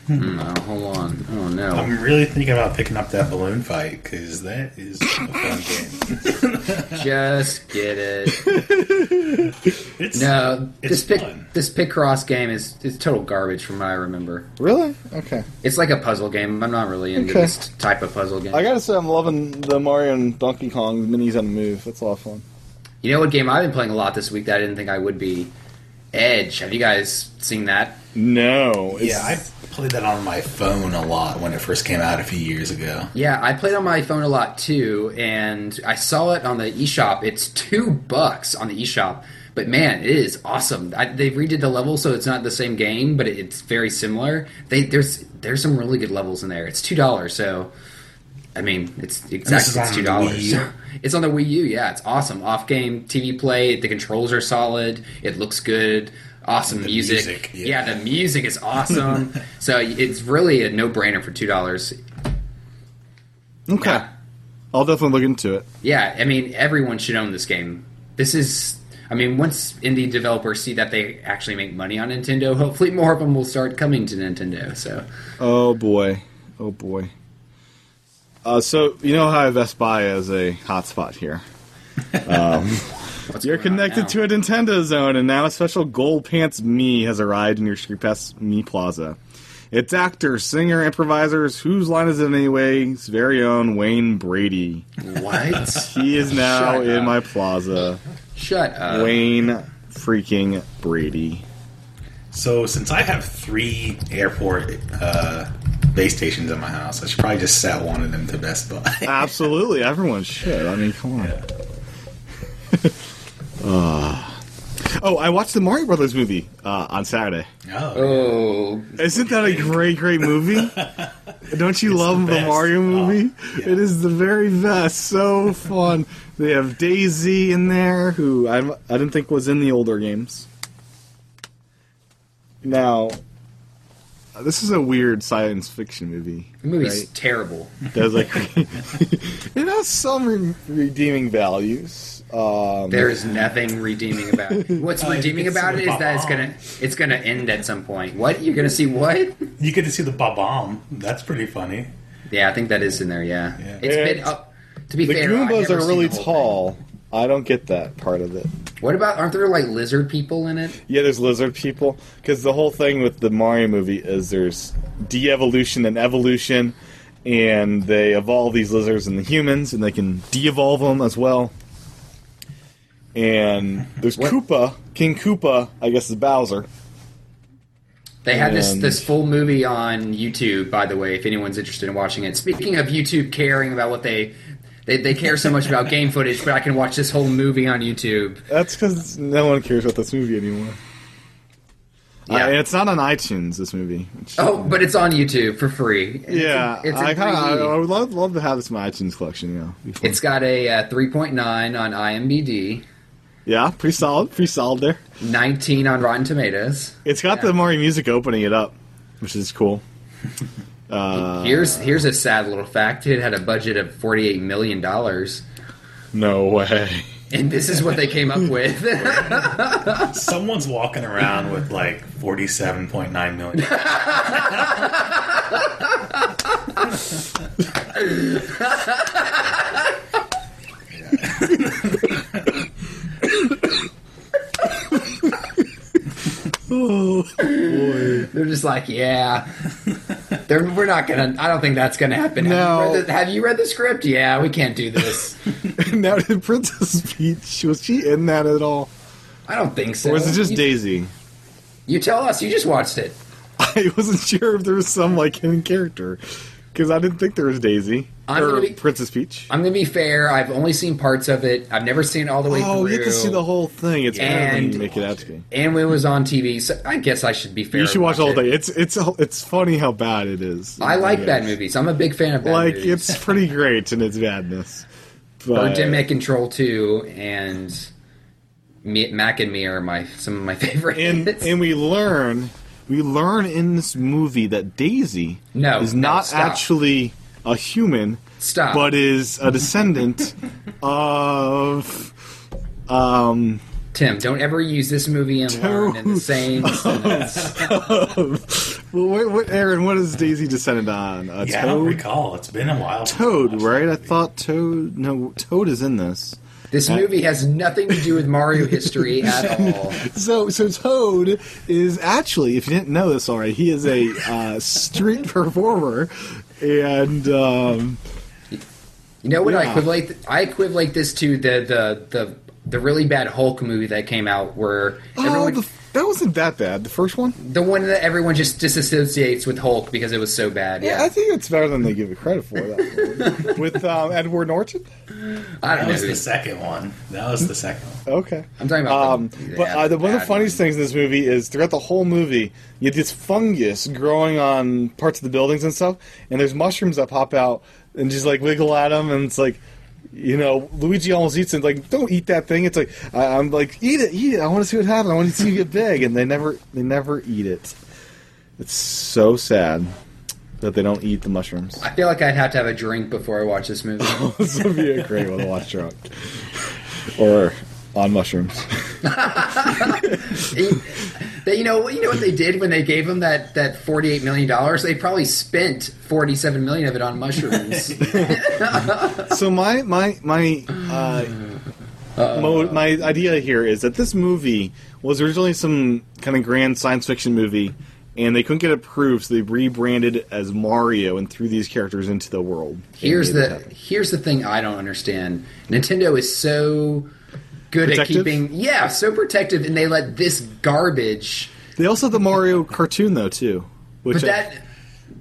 D: No, hold on. Oh no.
C: I'm really thinking about picking up that balloon fight because that is a fun game.
D: Just get it.
C: It's,
D: No,
C: It's
D: Uh, this pick
C: fun.
D: this Picross game is is total garbage from what I remember.
B: Really? Okay.
D: It's like a puzzle game. I'm not really into
B: Okay.
D: this type of puzzle game.
B: I gotta say, I'm loving the Mario and Donkey Kong minis on the move. That's a lot of fun.
D: you know what game I've been playing a lot this week that I didn't think I would be? Edge. Have you guys seen that?
B: No.
C: yeah, I played that on my phone a lot when it first came out a few years ago.
D: Yeah, I played on my phone a lot too, and I saw it on the eShop. It's two bucks on the eShop, but man, it is awesome. I, they redid the level, so it's not the same game, but it's very similar. They there's there's some really good levels in there. It's two dollars, so I mean, it's
C: is
D: exactly it's
C: on the
D: two
C: Wii
D: dollars.
C: U?
D: it's on the Wii U. Yeah, it's awesome. Off game TV play. The controls are solid. It looks good. Awesome
C: The
D: music.
C: music, yeah.
D: yeah, the music is awesome. so it's really a no brainer for two dollars.
B: okay.
D: Yeah.
B: I'll definitely look into it.
D: Yeah, I mean, everyone should own this game. This is, I mean, once indie developers see that they actually make money on Nintendo, hopefully more of them will start coming to Nintendo. So,
B: Oh boy. Oh boy. Uh, so you know how Best Buy is a hotspot here.
D: what's
B: You're
D: going on
B: connected
D: now?
B: to a Nintendo Zone, and now a special Gold Pants Me has arrived in your Street Pass Me Plaza. It's actor, singer, improvisers, whose line is it anyway? His very own Wayne Brady.
D: What?
B: He is now
D: Shut
B: in
D: up.
B: my plaza.
D: Shut up.
B: Wayne freaking Brady.
C: So since I have three airport uh, base stations in my house, I should probably just set one of them to Best Buy.
D: Ah.
B: Absolutely, everyone should. I mean, come on. uh, oh, I watched the Mario Brothers movie uh, on Saturday.
C: Oh,
D: Oh,
B: Isn't that a great, great movie? Don't you love
C: the
B: the,
C: best. Oh,
B: Mario movie? It is the very best. So fun. They have Daisy in there, who I'm, I didn't think was in the older games. Now, uh, this is a weird science fiction movie.
D: the movie's
B: right?
D: terrible.
B: There's like, it has some re- redeeming values. Um,
D: There is nothing redeeming about it. What's
C: Uh,
D: redeeming
C: it's
D: about it is that it's
C: bomb.
D: gonna it's gonna end at some point. What you're gonna see? What?
C: you get to see the bomb. That's pretty funny.
D: Yeah, I think that is in there. Yeah,
C: Yeah.
D: it's been
B: It's-
D: up. To be
B: the
D: fair, I've
B: Goombas
D: never
B: are
D: seen
B: really
D: the whole
B: tall. I don't get that part of it.
D: thing. What about? Aren't there like lizard people in it?
B: Yeah, there's lizard people. Because the whole thing with the Mario movie is there's de-evolution and evolution, and they evolve these lizards and the humans, and they can de-evolve them as well. and there's
D: What-
B: Koopa, King Koopa, I guess is Bowser.
D: They had this
B: And-
D: this full movie on YouTube, by the way, if anyone's interested in watching it. Speaking of YouTube caring about what they they, they care so much about game footage, but I can watch this whole movie on YouTube.
B: That's because no one cares about this movie anymore. Uh,
D: Yeah.
B: and it's not on iTunes. This movie. which-
D: Oh, but it's on YouTube for free. It's in-
B: yeah,
D: it's in
B: I, kinda, I,
D: 3D.
B: I would love, love to have this in my iTunes collection. Yeah, Be fun.
D: It's got a uh, 3.9 on IMDb,
B: yeah, pretty solid, pretty solid there.
D: 19 on Rotten Tomatoes.
B: It's got the Mario music opening it up, which is cool.
D: here's here's a sad little fact. It had a budget of 48 million dollars,
B: No way.
D: and this is what they came up with.
C: Someone's walking around with like forty-seven point nine million.
D: They're just like, yeah, They're, we're not gonna. I don't think that's gonna happen. Have,
B: No.
D: you read the, have you read the script? Yeah, we can't do this.
B: now did Princess Peach was she in that at all,
D: I don't think so.
B: or was it just
D: you,
B: Daisy?
D: You tell us. You just watched it.
B: I wasn't sure if there was some like hidden character because I didn't think there was Daisy
D: I'm
B: or
D: gonna be-
B: Princess Peach.
D: I'm gonna be fair. I've only seen parts of it. I've never seen it all the way
B: Oh,
D: through.
B: you get to see the whole thing. It's better when
D: And-
B: you make it out to be.
D: and when it was on TV, so I guess I should be fair.
B: You should watch the
D: about
B: whole
D: it.
B: thing. It's it's it's funny how bad it is.
D: I like
B: guess.
D: bad movies. I'm a big fan of bad
B: Like
D: movies.
B: it's pretty great in its badness. But
D: Birdemic and Troll Two and me, Mac and Me are my some of my favorites.
B: and and we learn we learn in this movie that Daisy
D: No,
B: is
D: no,
B: not
D: stop.
B: actually a human,
D: Stop.
B: but is a descendant of um
D: Tim, don't ever use this movie and learn in the same sentence.
B: well wait, what Aaron what is Daisy descended on a
C: Yeah, I don't
B: toad
C: recall. It's been a while. since I
B: toad
C: watched
B: right I
C: that
B: thought toad no toad is in this
D: This movie has nothing to do with Mario history at all.
B: so so Toad is actually, if you didn't know this already, he is a uh, street performer, and um,
D: You know what I
B: Yeah.
D: equivalent? I equivalent this to the the the the really bad Hulk movie that came out where
B: oh,
D: everyone,
B: the, that wasn't that bad. The first one,
D: the one that everyone just disassociates with Hulk because it was so bad. Yeah,
B: I think it's better than they give it credit for. That one. with um, Edward Norton.
D: I
C: That
D: don't know.
C: was the second one. That was the second one.
B: Okay.
D: I'm talking about.
B: Um,
D: the,
B: but uh, the, one of the
D: Oh, bad
B: funniest things in this movie is throughout the whole movie, you have this fungus growing on parts of the buildings and stuff, and there's mushrooms that pop out and just like wiggle at them, and it's like, you know, Luigi almost eats it. Like, don't eat that thing. It's like I, I'm like, eat it, eat it. I want to see what happens. I want to see you get big, and they never, they never eat it. It's so sad that they don't eat the mushrooms.
D: I feel like I'd have to have a drink before I watch this movie.
B: this would be a great one to watch drunk or on mushrooms.
D: They, you know, you know what they did when they gave him that that forty eight million dollars. They probably spent forty seven million of it on mushrooms.
B: so my my my uh, mo- my idea here is that this movie was originally some kind of grand science fiction movie, and they couldn't get it approved, so they rebranded it as Mario and threw these characters into the world. and
D: here's
B: made it
D: the
B: happen.
D: here's the thing I don't understand. Nintendo is so good
B: Protective?
D: at keeping yeah so protective, and they let this garbage.
B: They also had the Mario cartoon though too, which
D: But
B: I-
D: that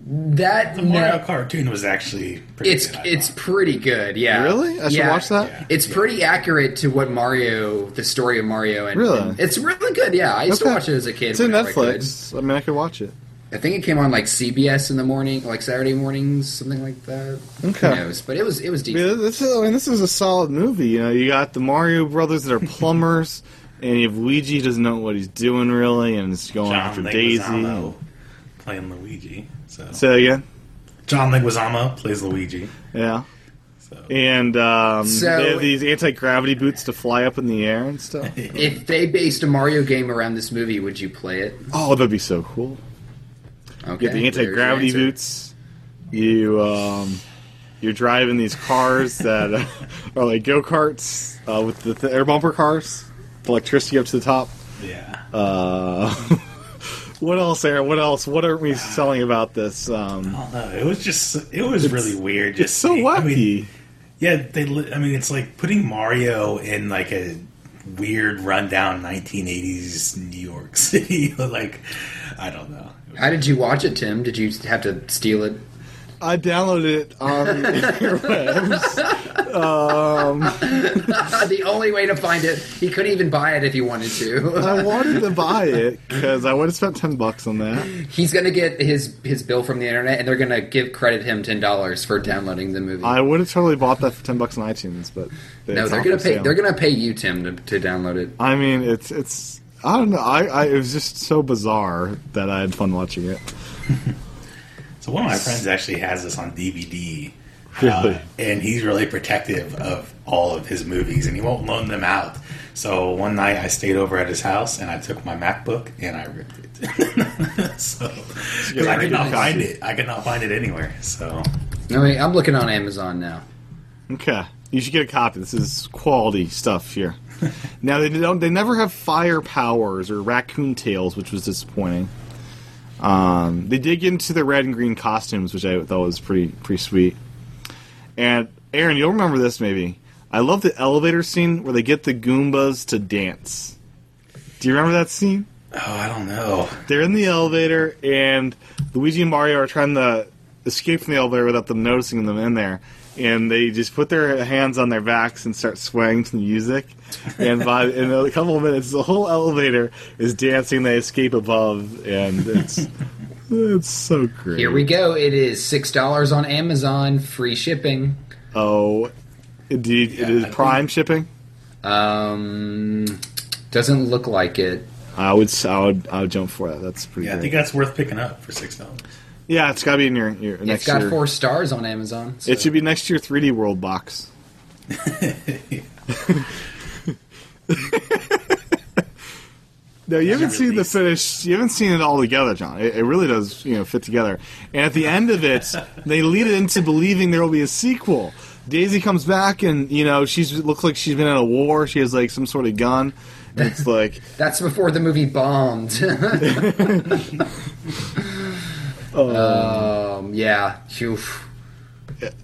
D: that
C: The Mario
D: no,
C: cartoon was actually pretty
D: it's
C: good. I
D: it's
C: thought.
D: pretty good. Yeah,
B: really I should
D: Yeah.
B: watch that.
C: Yeah.
D: It's pretty accurate to what Mario, the story of Mario, and
B: Really?
D: and it's really good. Yeah, I used to
B: Okay.
D: watch it as a kid.
B: It's on
D: whenever I could.
B: Netflix. I, mean, I could watch it.
D: I think it came on like CBS in the morning, like Saturday mornings, something like that.
B: Okay.
D: Who knows? But it was it was
B: I mean,
D: decent.
B: this is, I mean, this is a solid movie. You know, you got the Mario brothers that are plumbers, and you have Luigi who doesn't know what he's doing really, and is going
C: John
B: after Daisy.
C: Leguizamo playing Luigi. So.
B: So again,
C: John Leguizamo plays Luigi.
B: yeah,
C: So
B: and um,
D: So-
B: they have these anti gravity boots to fly up in the air and stuff.
D: If they based a Mario game around this movie, would you play it?
B: oh, that'd be so cool.
D: Okay.
B: You get the anti gravity
D: there's your answer.
B: boots. You um, you're driving these cars that are like go karts uh, with the th- air bumper cars, electricity up to the top.
C: yeah,
B: Uh, what else, Aaron? What else? What are
D: Ah.
B: we selling about this? Um,
C: I don't know. It was just it was really weird. Just
B: it's so
C: seeing- I mean,
B: wacky.
C: yeah, they. li- I mean, it's like putting Mario in like a weird rundown 1980s New York City. like, I don't know.
D: How did you watch it, Tim? Did you have to steal it?
B: I downloaded it um, on
D: the only way to find it, he couldn't even buy it if he wanted to.
B: I wanted to buy it because I would have spent ten bucks on that.
D: He's gonna get his his bill from the internet, and they're gonna give credit him ten dollars for downloading the movie.
B: I would have totally bought that for ten bucks on iTunes, but
D: no,
B: it's
D: they're
B: not
D: gonna
B: for
D: pay.
B: sale.
D: They're gonna pay you, Tim, to, to download it.
B: I mean, it's it's. I don't know. I, I it was just so bizarre that I had fun watching it.
C: So one of my friends actually has this on DVD,
B: Really?
C: uh, and he's really protective of all of his movies, and he won't loan them out. So one night I stayed over at his house, and I took my MacBook and I ripped it. so 'cause I could not find it, I could not find it anywhere. So
D: I mean, I'm looking on Amazon now.
B: Okay, you should get a copy. This is quality stuff here. now they don't. They never have fire powers or raccoon tails, which was disappointing. Um, they dig into the red and green costumes, which I thought was pretty pretty sweet. And Aaron, you'll remember this maybe. I love the elevator scene where they get the Goombas to dance. Do you remember that scene?
C: oh, I don't know.
B: They're in the elevator, and Luigi and Mario are trying to escape from the elevator without them noticing them in there. And they just put their hands on their backs and start swaying to the music. And by in a couple of minutes, the whole elevator is dancing. They escape above, and it's it's so great.
D: Here we go. It is six dollars on Amazon, free shipping.
B: Oh, indeed, it is
C: I think-
B: Prime shipping.
D: Um, doesn't look like it.
B: I would, s- I would, I would jump for that. That's pretty.
C: Yeah, I
B: great.
C: think that's worth picking up for six dollars.
B: yeah, it's got to be in your, your
D: It's
B: next
D: got
B: year.
D: four stars on Amazon. so-
B: It should be next year 3D World box. no, you haven't seen the
C: released.
B: finish. You haven't seen it all together, John. It, it really does, you know, fit together. And at the end of it, they lead it into believing there will be a sequel. Daisy comes back, and you know, she's looks like she's been in a war. She has like some sort of gun. And it's like,
D: That's before the movie bombed. um, yeah. Phew.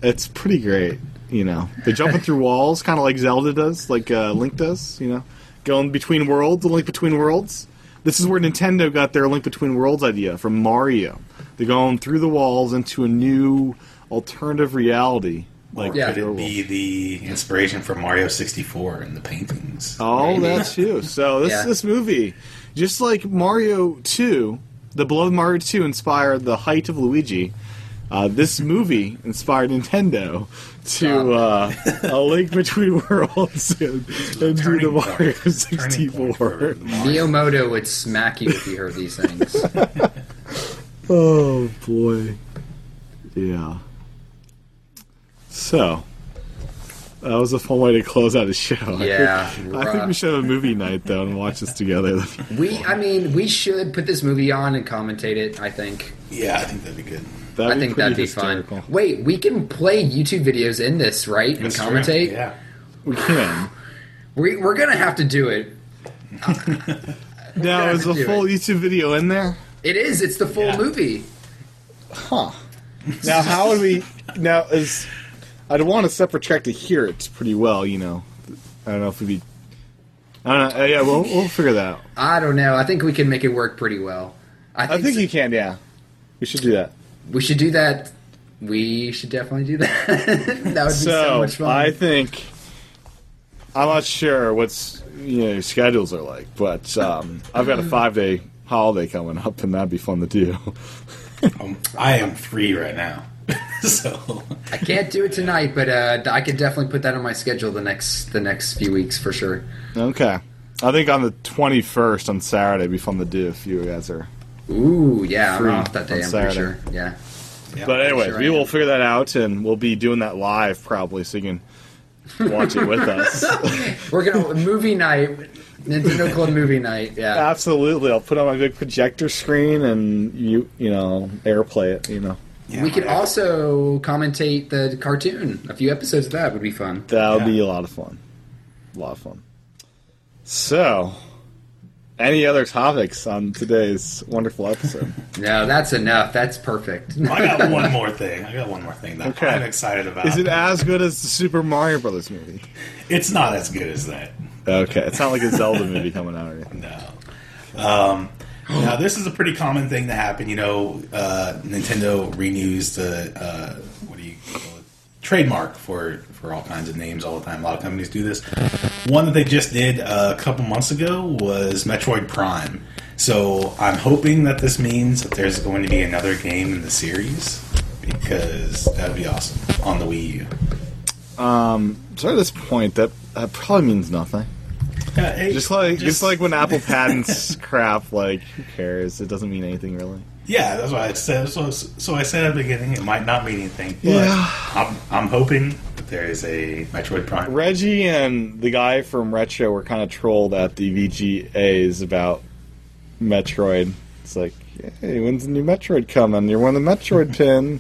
B: it's pretty great. You know, they're jumping through walls, kind of like Zelda does, like uh, Link does. You know, going between worlds, the Link Between Worlds. This is where Nintendo got their Link Between Worlds idea from Mario. They're going through the walls into a new alternative reality. Like
D: Yeah.
C: Could it
B: Overworld.
C: be the inspiration for Mario sixty four and the paintings?
B: Oh,
D: Maybe.
B: that's you. So this
D: Yeah.
B: this movie, just like Mario Two, the beloved Mario Two inspired the height of Luigi. Uh, this movie inspired Nintendo to uh, a link between worlds and, and do the
C: Turning point.
B: Mario
C: Turning
B: sixty
C: point for
B: four.
C: Mario.
D: Miyamoto would smack you if he heard these things.
B: Oh boy, yeah. So that was a fun way to close out the show.
D: Yeah,
B: I think, I think we
D: rough.
B: should have a movie night though and watch this together.
D: We, I mean, we should put this movie on and commentate it. I think.
C: Yeah, I think that'd be good.
B: That'd
D: I think that'd be
B: pretty hysterical.
D: fun. Wait, we can play YouTube videos in this, right? And
C: That's true.
D: commentate.
C: Yeah.
B: We can.
D: We, we're gonna have to do it.
B: Now,
D: gonna
B: is the
D: do
B: full
D: it.
B: YouTube video in there?
D: It is. It's the full
C: Yeah.
D: movie.
B: Huh. Now, how would we? Now, is I'd want a separate track to hear it pretty well. You know, I don't know if we'd be. I don't know. Uh, Yeah, we'll we'll figure that out.
D: I don't know. I think we can make it work pretty well. I
B: I
D: think,
B: think
D: so-
B: you can. Yeah, we should do that.
D: we should do that. We should definitely do that. that would be so,
B: So,
D: much fun.
B: I think I'm not sure what's you know schedules are like, but um, I've got a five day holiday coming up, and that'd be fun to do.
C: Um, I am free right now. so
D: I can't do it tonight, but uh, I could definitely put that on my schedule the next the next few weeks for sure.
B: okay. I think on the 21st on Saturday, it'd be fun to do if you guys are
D: Ooh, yeah,
B: Free
D: I'm off that
B: on
D: day. I'm
B: Saturday.
D: pretty sure. Yeah.
C: yeah,
B: But uh, anyway,
D: sure I
B: we will
D: am.
B: figure that out, and we'll be doing that live probably, so you can watch it with us.
D: We're gonna movie night, Nintendo Club movie night. Yeah,
B: Absolutely, I'll put on my big projector screen and you you know airplay it. You know
C: yeah,
D: we could
C: yeah.
D: also commentate the cartoon. A few episodes of that would be fun.
B: that would be
C: Yeah.
B: a lot of fun, a lot of fun. So, any other topics on today's wonderful episode?
D: No, that's enough. That's perfect.
C: I got one more thing. I got one more thing that
B: Okay.
C: I'm excited about.
B: Is it as good as the Super Mario Brothers movie?
C: It's not as good as that.
B: Okay, it's not like a Zelda movie coming out or anything.
C: No. Um, now this is a pretty common thing to happen. You know, uh, Nintendo renews the uh, what do you call it? trademark for for all kinds of names all the time. A lot of companies do this. One that they just did uh, a couple months ago was Metroid Prime. So I'm hoping that this means that there's going to be another game in the series because that'd be awesome on the Wii U.
B: So at this point, that, that probably means nothing.
C: Yeah, hey,
B: Just like just like when Apple patents crap, like who cares? It doesn't mean anything really.
C: Yeah, that's why I said. So, so I said at the beginning, it might not mean anything. But
B: Yeah.
C: I'm, I'm hoping that there is a Metroid Prime.
B: Reggie and the guy from Retro were kind of trolled at the VGAs about Metroid. It's like, hey, when's the new Metroid coming? You're one of the Metroid pin.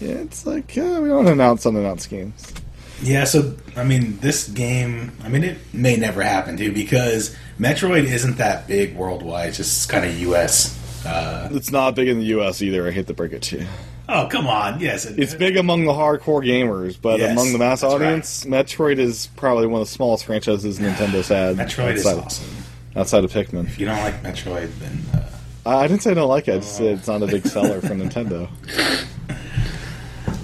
B: Yeah, it's like yeah, we don't announce unannounced games.
C: Yeah, so I mean, this game. I mean, it may never happen too because Metroid isn't that big worldwide. It's just kind of U.S. Uh,
B: It's not big in the U.S. either. I hate to break it to you.
C: oh, come on. Yes, it-
B: It's big among the hardcore gamers, but
C: Yes,
B: among the mass
C: that's right.
B: audience, Metroid is probably one of the smallest franchises Nintendo's had.
C: Metroid is
B: outside,
C: awesome.
B: outside of Pikmin.
C: If you don't like Metroid, then uh,
B: I, I didn't say I don't like it. I just said it's not a big seller for Nintendo.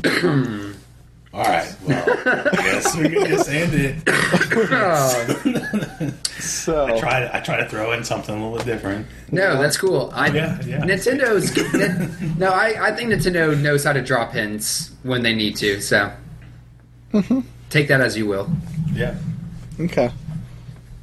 C: all right. Well, yes, we can just end it.
D: Oh,
B: So
C: I try. To, I try to throw in something a little bit different.
D: No, that's cool. I
C: Yeah, yeah.
D: Nintendo's Nin- no. I, I think Nintendo knows how to drop hints when they need to. So take that as you will.
C: Yeah.
B: Okay.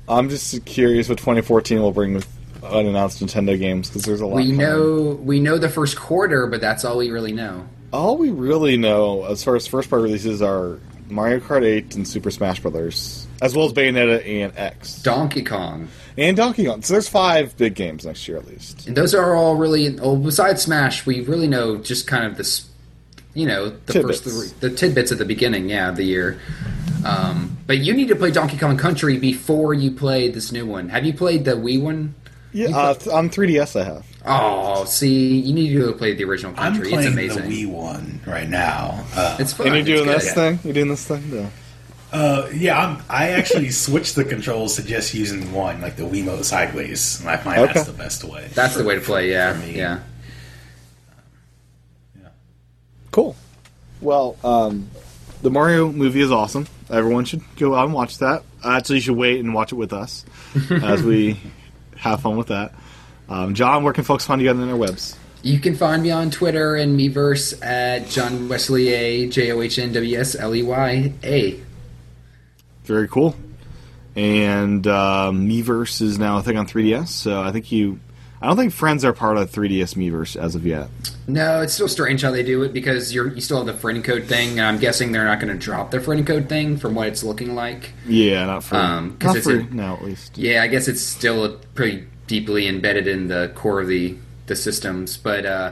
B: I'm just curious what 2014 will bring with unannounced Nintendo games because there's a lot.
D: We
B: coming.
D: know we know the first quarter, but that's all we really know.
B: all we really know as far as first party releases are Mario Kart 8 and Super Smash Brothers, as well as Bayonetta and X
D: Donkey Kong,
B: and Donkey Kong. So there's five big games next year at least.
D: and those are all really. Oh, besides Smash, we really know just kind of this. You know, the first
B: Tidbits.
D: three, the tidbits at the beginning, yeah, of the year. Um, but you need to play Donkey Kong Country before you play this new one. Have you played the Wii one?
B: Yeah, uh, th- on 3DS I have.
D: Oh, see, you need to go play the original
C: I'm
D: Country. It's
C: playing the
D: amazing.
C: Wii one right now. Uh,
D: It's fun.
B: And you're
D: It's
B: doing
D: good.
B: this thing. You're doing this thing. Yeah.
C: Uh, yeah, I'm, I actually switched the controls to just using one, like the Wiimote sideways, and I find that's
B: Okay.
C: the best way.
D: That's the way to play. Yeah,
C: me.
D: yeah.
B: Cool. Well, um, the Mario movie is awesome. Everyone should go out and watch that. Uh, Actually, you should wait and watch it with us as we have fun with that. Um, John, where can folks find you on the interwebs?
D: You can find me on Twitter and Meverse at John Wesley A J O H N W S L E Y A.
B: Very cool. And uh, Miiverse is now a thing on 3DS, so I think you. I don't think friends are part of 3DS Miiverse as of yet.
D: No, it's still strange how they do it because you're you still have the friend code thing. And I'm guessing they're not going to drop the friend code thing from what it's looking like.
B: Yeah, not for
D: Um, 'cause
B: not
D: it's
B: for
D: in-
B: now at least.
D: Yeah, I guess it's still pretty deeply embedded in the core of the the systems, but uh,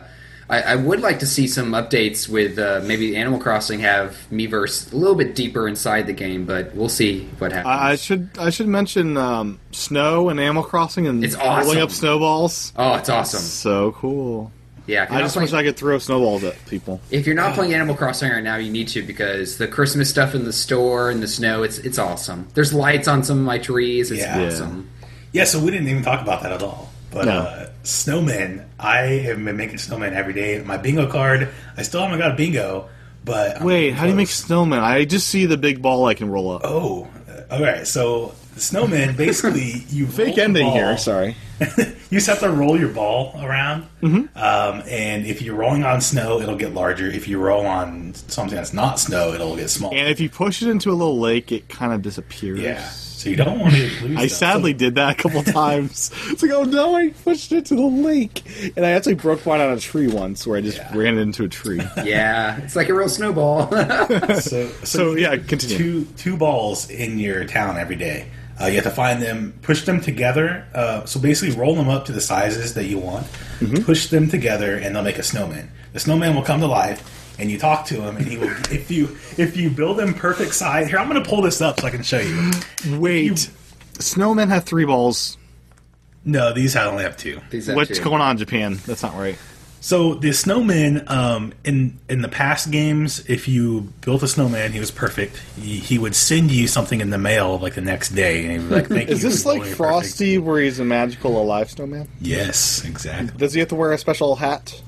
D: I, I would like to see some updates with uh, maybe Animal Crossing have Miiverse a little bit deeper inside the game, but we'll see what happens.
B: I, I should I should mention um, snow and Animal Crossing and
D: It's
B: rolling
D: awesome.
B: up snowballs.
D: oh, it's awesome!
B: So cool.
D: Yeah, if you're
B: I
D: not
B: just uh,
D: playing-
B: wish I could throw snowballs at people.
D: If you're not playing Animal Crossing right now, you need to because the Christmas stuff in the store and the snow, it's it's awesome. There's lights on some of my trees. It's
C: Yeah.
D: awesome.
C: Yeah, so we didn't even talk about that at all. But
B: No.
C: uh, snowmen, I have been making snowmen every day. My bingo card, I still haven't got a bingo, but I'm
B: Wait, how do you make
C: close.
B: snowmen? I just see the big ball I can roll up.
C: Oh, uh, all right. So snowmen, basically, you roll
B: Fake
C: the
B: ending
C: ball.
B: here. Sorry.
C: you just have to roll your ball around,
B: Mm-hmm.
C: um, and if you're rolling on snow, it'll get larger. If you roll on something that's not snow, it'll get smaller.
B: And if you push it into a little lake, it kind of disappears.
C: Yeah. So you don't want to lose.
B: I
C: those.
B: sadly did that a couple times. It's like, oh no, I pushed it to the lake, and I actually broke mine on a tree once, where I just
C: Yeah.
B: ran into a tree.
D: Yeah, it's like a real snowball.
C: So,
B: So,
C: you
B: yeah,
C: get
B: continue.
C: Two two balls in your town every day. Uh, you have to find them, push them together. Uh, so basically, roll them up to the sizes that you want.
B: Mm-hmm.
C: Push them together, and they'll make a snowman. The snowman will come to life, and you talk to him, and he will. if you if you build them perfect size, here I'm going to pull this up so I can show you.
B: Wait, snowmen have three balls.
C: No, these I only have two.
D: These have
B: What's
D: two.
B: going on, Japan? That's not right.
C: So the snowman um, in in the past games, if you built a snowman, he was perfect. He, he would send you something in the mail like the next day, and he'd be like, "Thank you."
F: Is this
C: for
F: like
C: building your perfect-"
F: Frosty, where he's a magical alive snowman?
C: Yes, exactly.
F: Does he have to wear a special hat?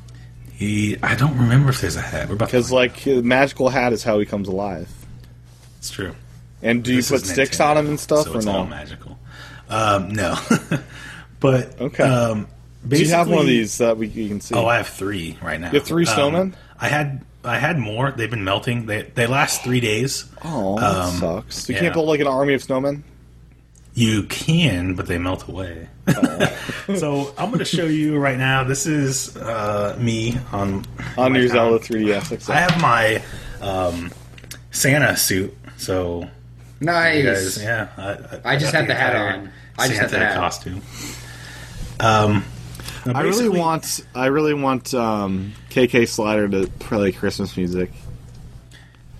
C: He, I don't remember if there's a hat. We're about to
F: Because
C: find
F: like his magical hat is how he comes alive.
C: out. it's true.
F: And do you
C: This
F: put
C: is
F: sticks
C: Nintendo,
F: on him and stuff
C: so
F: or
C: it's all
F: no?
C: magical. Um, no, but
F: Okay.
C: Um,
F: Do you have one of
C: basically-
F: these that we you can see?
C: Oh, I have three right now.
F: You have three
C: Um,
F: snowmen?
C: I had I had more. They've been melting. They they last three days.
F: Oh, that
C: Um,
F: sucks. You
C: yeah.
F: can't build like an army of snowmen.
C: You can, but they melt away. so I'm going to show you right now. This is uh, me on
F: On
C: my
F: your
C: com-
F: Zelda 3DS.
C: I
F: Except.
C: have my um, Santa suit. So
D: Nice.
C: you guys, yeah. I,
D: I just
C: got
D: had the hat
C: entire
D: on. I just had the
C: Santa
D: hat.
C: costume. Um, now
B: I really
C: basically-
B: want. I really want um, KK Slider to play Christmas music.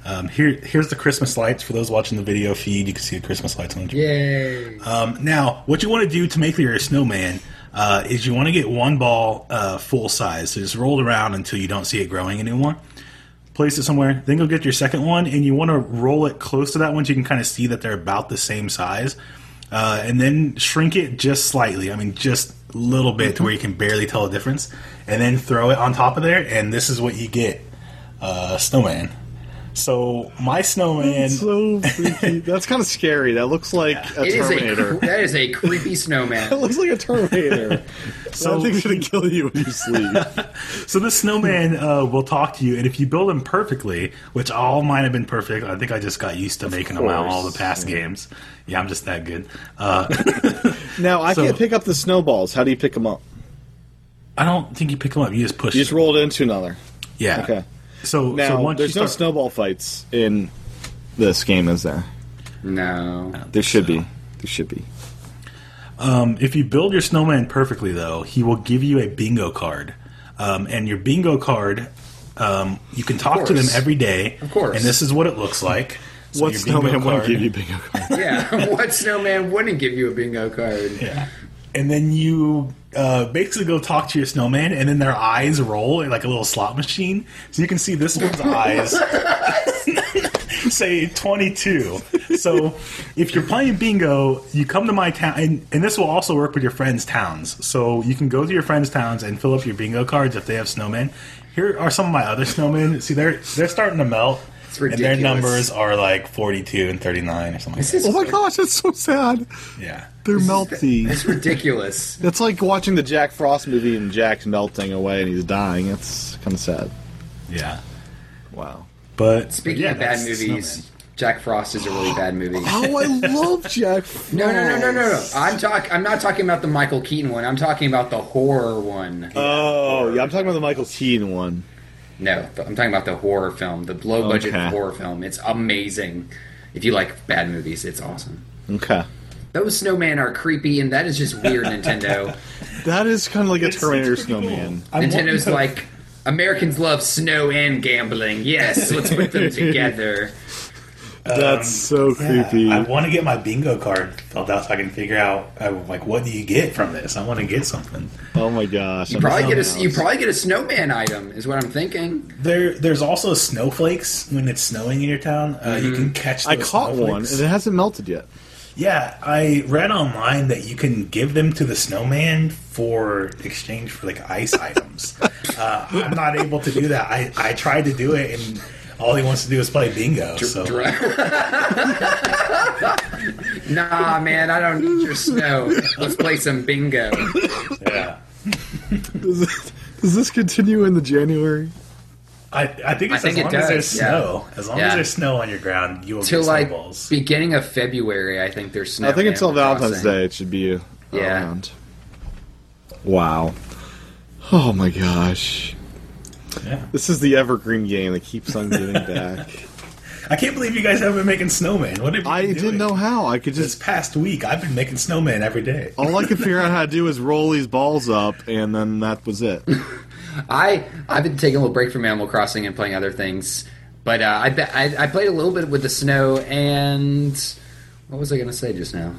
C: Um, here, here's the Christmas lights for those watching the video feed. You can see the Christmas lights on. the
D: Yay.
C: Um, now, what you want to do to make your snowman uh, is you want to get one ball uh, full size. So just roll it around until you don't see it growing anymore. Place it somewhere, then go get your second one, and you want to roll it close to that one so you can kind of see that they're about the same size. Uh, and then shrink it just slightly. I mean, just a little bit to where you can barely tell the difference. And then throw it on top of there, and this is what you get uh, snowman. So, my snowman.
B: So freaky. That's kind of scary. That looks like a
D: It is a
B: Terminator.
D: cre- that is a creepy
B: That
D: snowman.
B: looks like a Terminator.
C: So-
B: that thing's gonna kill you when you sleep.
C: So this snowman
B: Hmm.
C: uh, will talk to you, and if you build him perfectly, which all mine have been perfect, I think I just got used to making them out all the past games. Yeah, I'm just that good. Uh,
B: now I
C: So-
B: can't pick up the snowballs. How do you pick them up?
C: I don't think you pick them up; you just push.
B: You just
C: them.
B: roll it into another.
C: Yeah.
B: Okay.
C: So
B: Now
C: so once
B: there's
C: you
B: no
C: start-
B: snowball fights in this game, is there?
D: No.
B: There should be. There should be.
C: Um, if you build your snowman perfectly, though, he will give you a bingo card, um, and your bingo card, um, you can talk to them
D: course.
C: every day. Of
D: course.
C: and this is what it looks like. So
B: what
C: your bingo
B: snowman wouldn't
C: card-
B: give you bingo cards?
D: Yeah. what snowman wouldn't give you a bingo card?
C: Yeah. And then you uh, basically go talk to your snowman, and then their eyes roll in like a little slot machine. So you can see this one's eyes say 22. So if you're playing bingo, you come to my town, and, and this will also work with your friends' towns. So you can go to your friends' towns and fill up your bingo cards if they have snowmen. Here are some of my other snowmen. See, they're they're starting to melt,
D: It's
C: and their
D: ridiculous.
C: numbers are like 42 and 39 or something. Like
D: This
C: that.
D: is
B: Oh my gosh, that's so sad.
C: Yeah.
B: They're melty.
D: It's ridiculous.
B: That's like watching the Jack Frost movie and Jack's melting away and he's dying. It's kind of sad.
C: Yeah.
B: Wow.
C: But
D: Speaking
C: yeah,
D: of bad
C: that's the
D: movies, Jack Frost is a really bad movie.
B: Oh, I love Jack. Frost.
D: No, no, no, no, no, no. I'm talk. I'm not talking about the Michael Keaton one. I'm talking about the horror one.
B: Oh, yeah. I'm talking about the Michael Keaton one.
D: no, th- I'm talking about the horror film, the low budget
B: Okay.
D: horror film. It's amazing. If you like bad movies, it's awesome.
B: Okay.
D: Those snowmen are creepy, and that is just weird. Nintendo.
B: That is kind of like a
C: It's-
B: Terminator
C: it's pretty
B: snowman.
C: cool. I'm
D: Nintendo's
C: wanting to-
D: like Americans love snow and gambling. Yes, let's put them together.
B: That's so
C: Yeah,
B: creepy.
C: I want to get my bingo card filled out so I can figure out uh, like what do you get from this. I want to get something.
B: oh my gosh.
D: You probably get a you probably get a snowman item is what I'm thinking.
C: There, there's also snowflakes when it's snowing in your town. Uh, You
D: Mm-hmm.
C: can catch.
B: I
C: those
B: caught one and
C: snowflakes.
B: it hasn't melted yet.
C: Yeah, I read online that you can give them to the snowman for exchange for like ice items. Uh, I'm not able to do that. I, I tried to do it and. All he wants to do is play bingo. So
D: Nah, man, I don't need your snow. Let's play some bingo.
C: yeah,
B: Does, it- does this continue in the January?
C: I, I think
D: I
C: it's
D: think it
C: as long as there's
D: does, yeah.
C: snow. As long as
D: Yeah.
C: there's snow on your ground, you will
D: Till
C: get
D: like
C: snowballs.
D: beginning of February, I think there's snow.
B: I think until
D: Animal
B: Valentine's
D: Crossing.
B: Day it should be uh,
D: Yeah.
B: around. Wow. Oh my gosh.
C: Yeah.
B: This is the evergreen game that keeps on getting back.
C: I can't believe you guys haven't been making snowmen. What have you
B: I
C: been doing?
B: didn't know how. I could
C: This
B: just
C: past week, I've been making snowmen every day.
B: all I could figure out how to do is roll these balls up, and then that was it.
D: I I've been taking a little break from Animal Crossing and playing other things, but uh, I, bet- I I played a little bit with the snow and what was I going to say just now?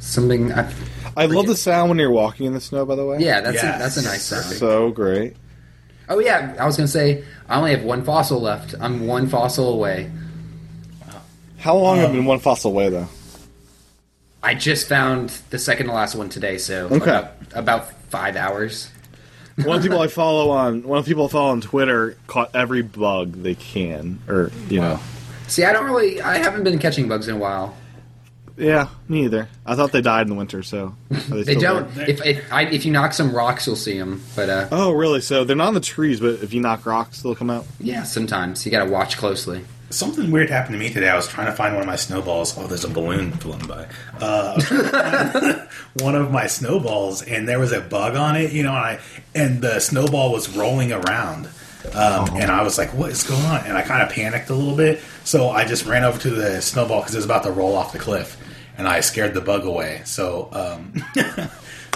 D: Something. I,
B: I love the sound when you're walking in the snow. By the way,
D: yeah, that's
C: Yes.
D: a, that's a nice sound.
B: so great.
D: Oh yeah, I was gonna say I only have one fossil left. I'm one fossil away.
B: How long have been one fossil away though?
D: I just found the second to last one today, so
B: Okay.
D: about, about five hours.
F: One people I follow on
B: One of the people I follow on Twitter caught every bug they can, or you know.
D: See, I don't really, I haven't been catching bugs in a while.
B: Yeah, me either. I thought they died in the winter, so are
D: They
B: still
D: don't.
B: there?
D: If if, I, if you knock some rocks, you'll see them. But uh,
B: Oh, really? So they're not on the trees, but if you knock rocks, they'll come out.
D: yeah, sometimes you gotta watch closely.
C: Something weird happened to me today. I was trying to find one of my snowballs. Oh, there's a balloon floating by. Uh, I was trying to find one of my snowballs, and there was a bug on it. You know, and I and the snowball was rolling around, um, and I was like, "What is going on?" And I kind of panicked a little bit, so I just ran over to the snowball because it was about to roll off the cliff, and I scared the bug away. So um,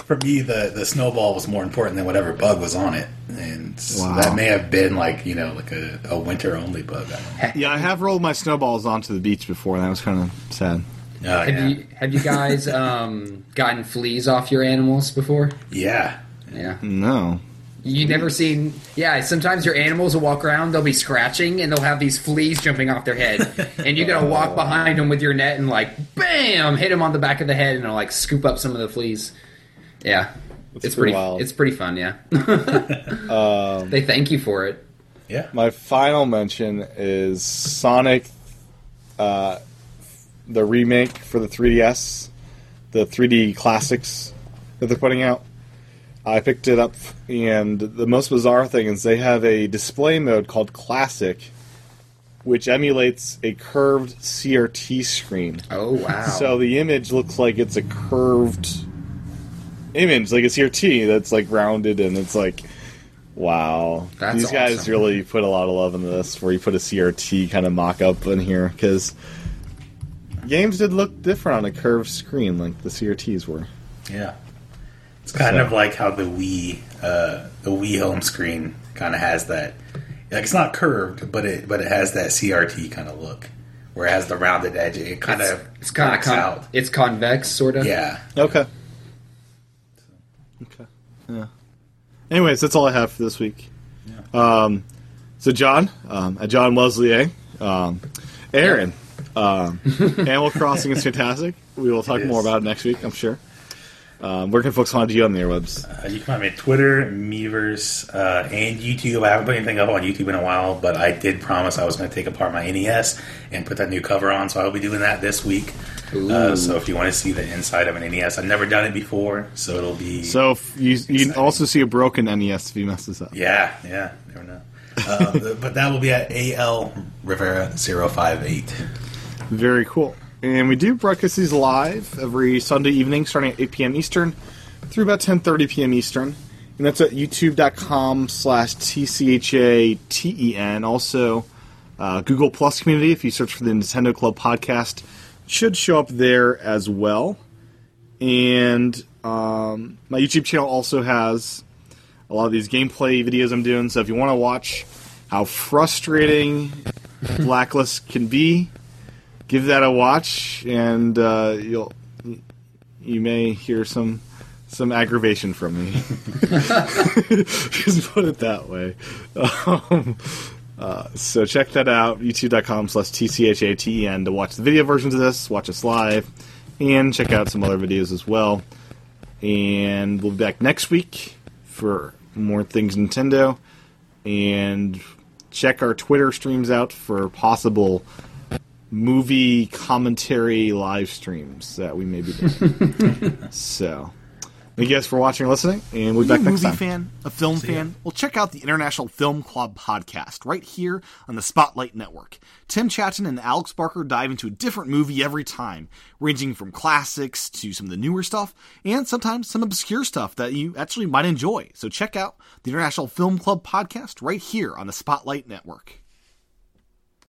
C: for me, the the snowball was more important than whatever bug was on it, and so
B: Wow.
C: that may have been like you know like a, a winter only bug. I don't know.
B: Yeah, I have rolled my snowballs onto the beach before, and that was kind of sad.
C: Oh,
D: Have
C: yeah.
D: you have you guys um, gotten fleas off your animals before?
C: yeah.
D: Yeah.
B: Mm-hmm. No.
D: You never seen? Yeah. Sometimes your animals will walk around. They'll be scratching, and they'll have these fleas jumping off their head, and you gotta walk behind them with your net and like, bam, hit them on the back of the head, and it'll, like scoop up some of the fleas. Yeah,
B: pretty
D: it's pretty.
B: wild.
D: It's pretty fun. Yeah. they thank you for it.
C: Yeah.
B: My final mention is Sonic, uh, the remake for the 3DS, the 3D classics that they're putting out. I picked it up, and the most bizarre thing is they have a display mode called Classic, which emulates a curved CRT screen.
D: Oh wow.
B: So the image looks like it's a curved image, like a CRT that's like rounded and it's like, wow.
D: That's
B: These guys
D: awesome.
B: really put a lot of love into this, where you put a CRT kind of mock up in here because games did look different on a curved screen, like the CRTs were.
C: Yeah. It's kind
B: So-
C: of like how the Wii uh, the Wii home screen kind of has that like it's not curved, but it but it has that CRT kind of look where it has the rounded edge. It kind
D: it's,
C: of
D: it's kind of
C: blocks
D: con-
C: out.
D: it's convex, sort of.
C: Yeah.
B: Okay. Okay. Yeah. Anyways, that's all I have for this week. Um, so John, um, at John Leslie A, um, Aaron, um, Animal Crossing is fantastic. We will talk
C: It
B: more
C: is.
B: about it next week, I'm sure. Um, where can folks find you on the airwebs?
C: Uh, you can find me at Twitter, Meverse, uh, and YouTube. I haven't put anything up on YouTube in a while, but I did promise I was going to take apart my NES and put that new cover on, so I'll be doing that this week. Uh, so if you want to see the inside of an NES, I've never done it before, so it'll be
B: So if you, you can also see a broken NES if you mess this up.
C: Yeah, yeah, never know. Uh, but that will be at AL Rivera 058.
B: Very cool. And we do broadcast these live every Sunday evening, starting at 8 p.m. Eastern through about 10:30 p.m. Eastern, and that's at YouTube.com/slash tchaten. E Also, uh, Google Plus community. If you search for the Nintendo Club podcast, it should show up there as well. And um, my YouTube channel also has a lot of these gameplay videos I'm doing. So if you want to watch how frustrating Blacklist can be give that a watch, and uh, you'll you may hear some some aggravation from me. Just put it that way. Um, uh, so check that out, youtube.com slash tchaten E to watch the video versions of this, watch us live, and check out some other videos as well. And we'll be back next week for more things Nintendo. And check our Twitter streams out for possible movie commentary live streams that we may be doing. so, thank you guys for watching and listening, and we'll be back
F: you a
B: next
F: movie
B: time.
F: fan, a film fan, well, check out the International Film Club podcast right here on the Spotlight Network. Tim Chatton and Alex Barker dive into a different movie every time, ranging from classics to some of the newer stuff, and sometimes some obscure stuff that you actually might enjoy. So check out the International Film Club podcast right here on the Spotlight Network.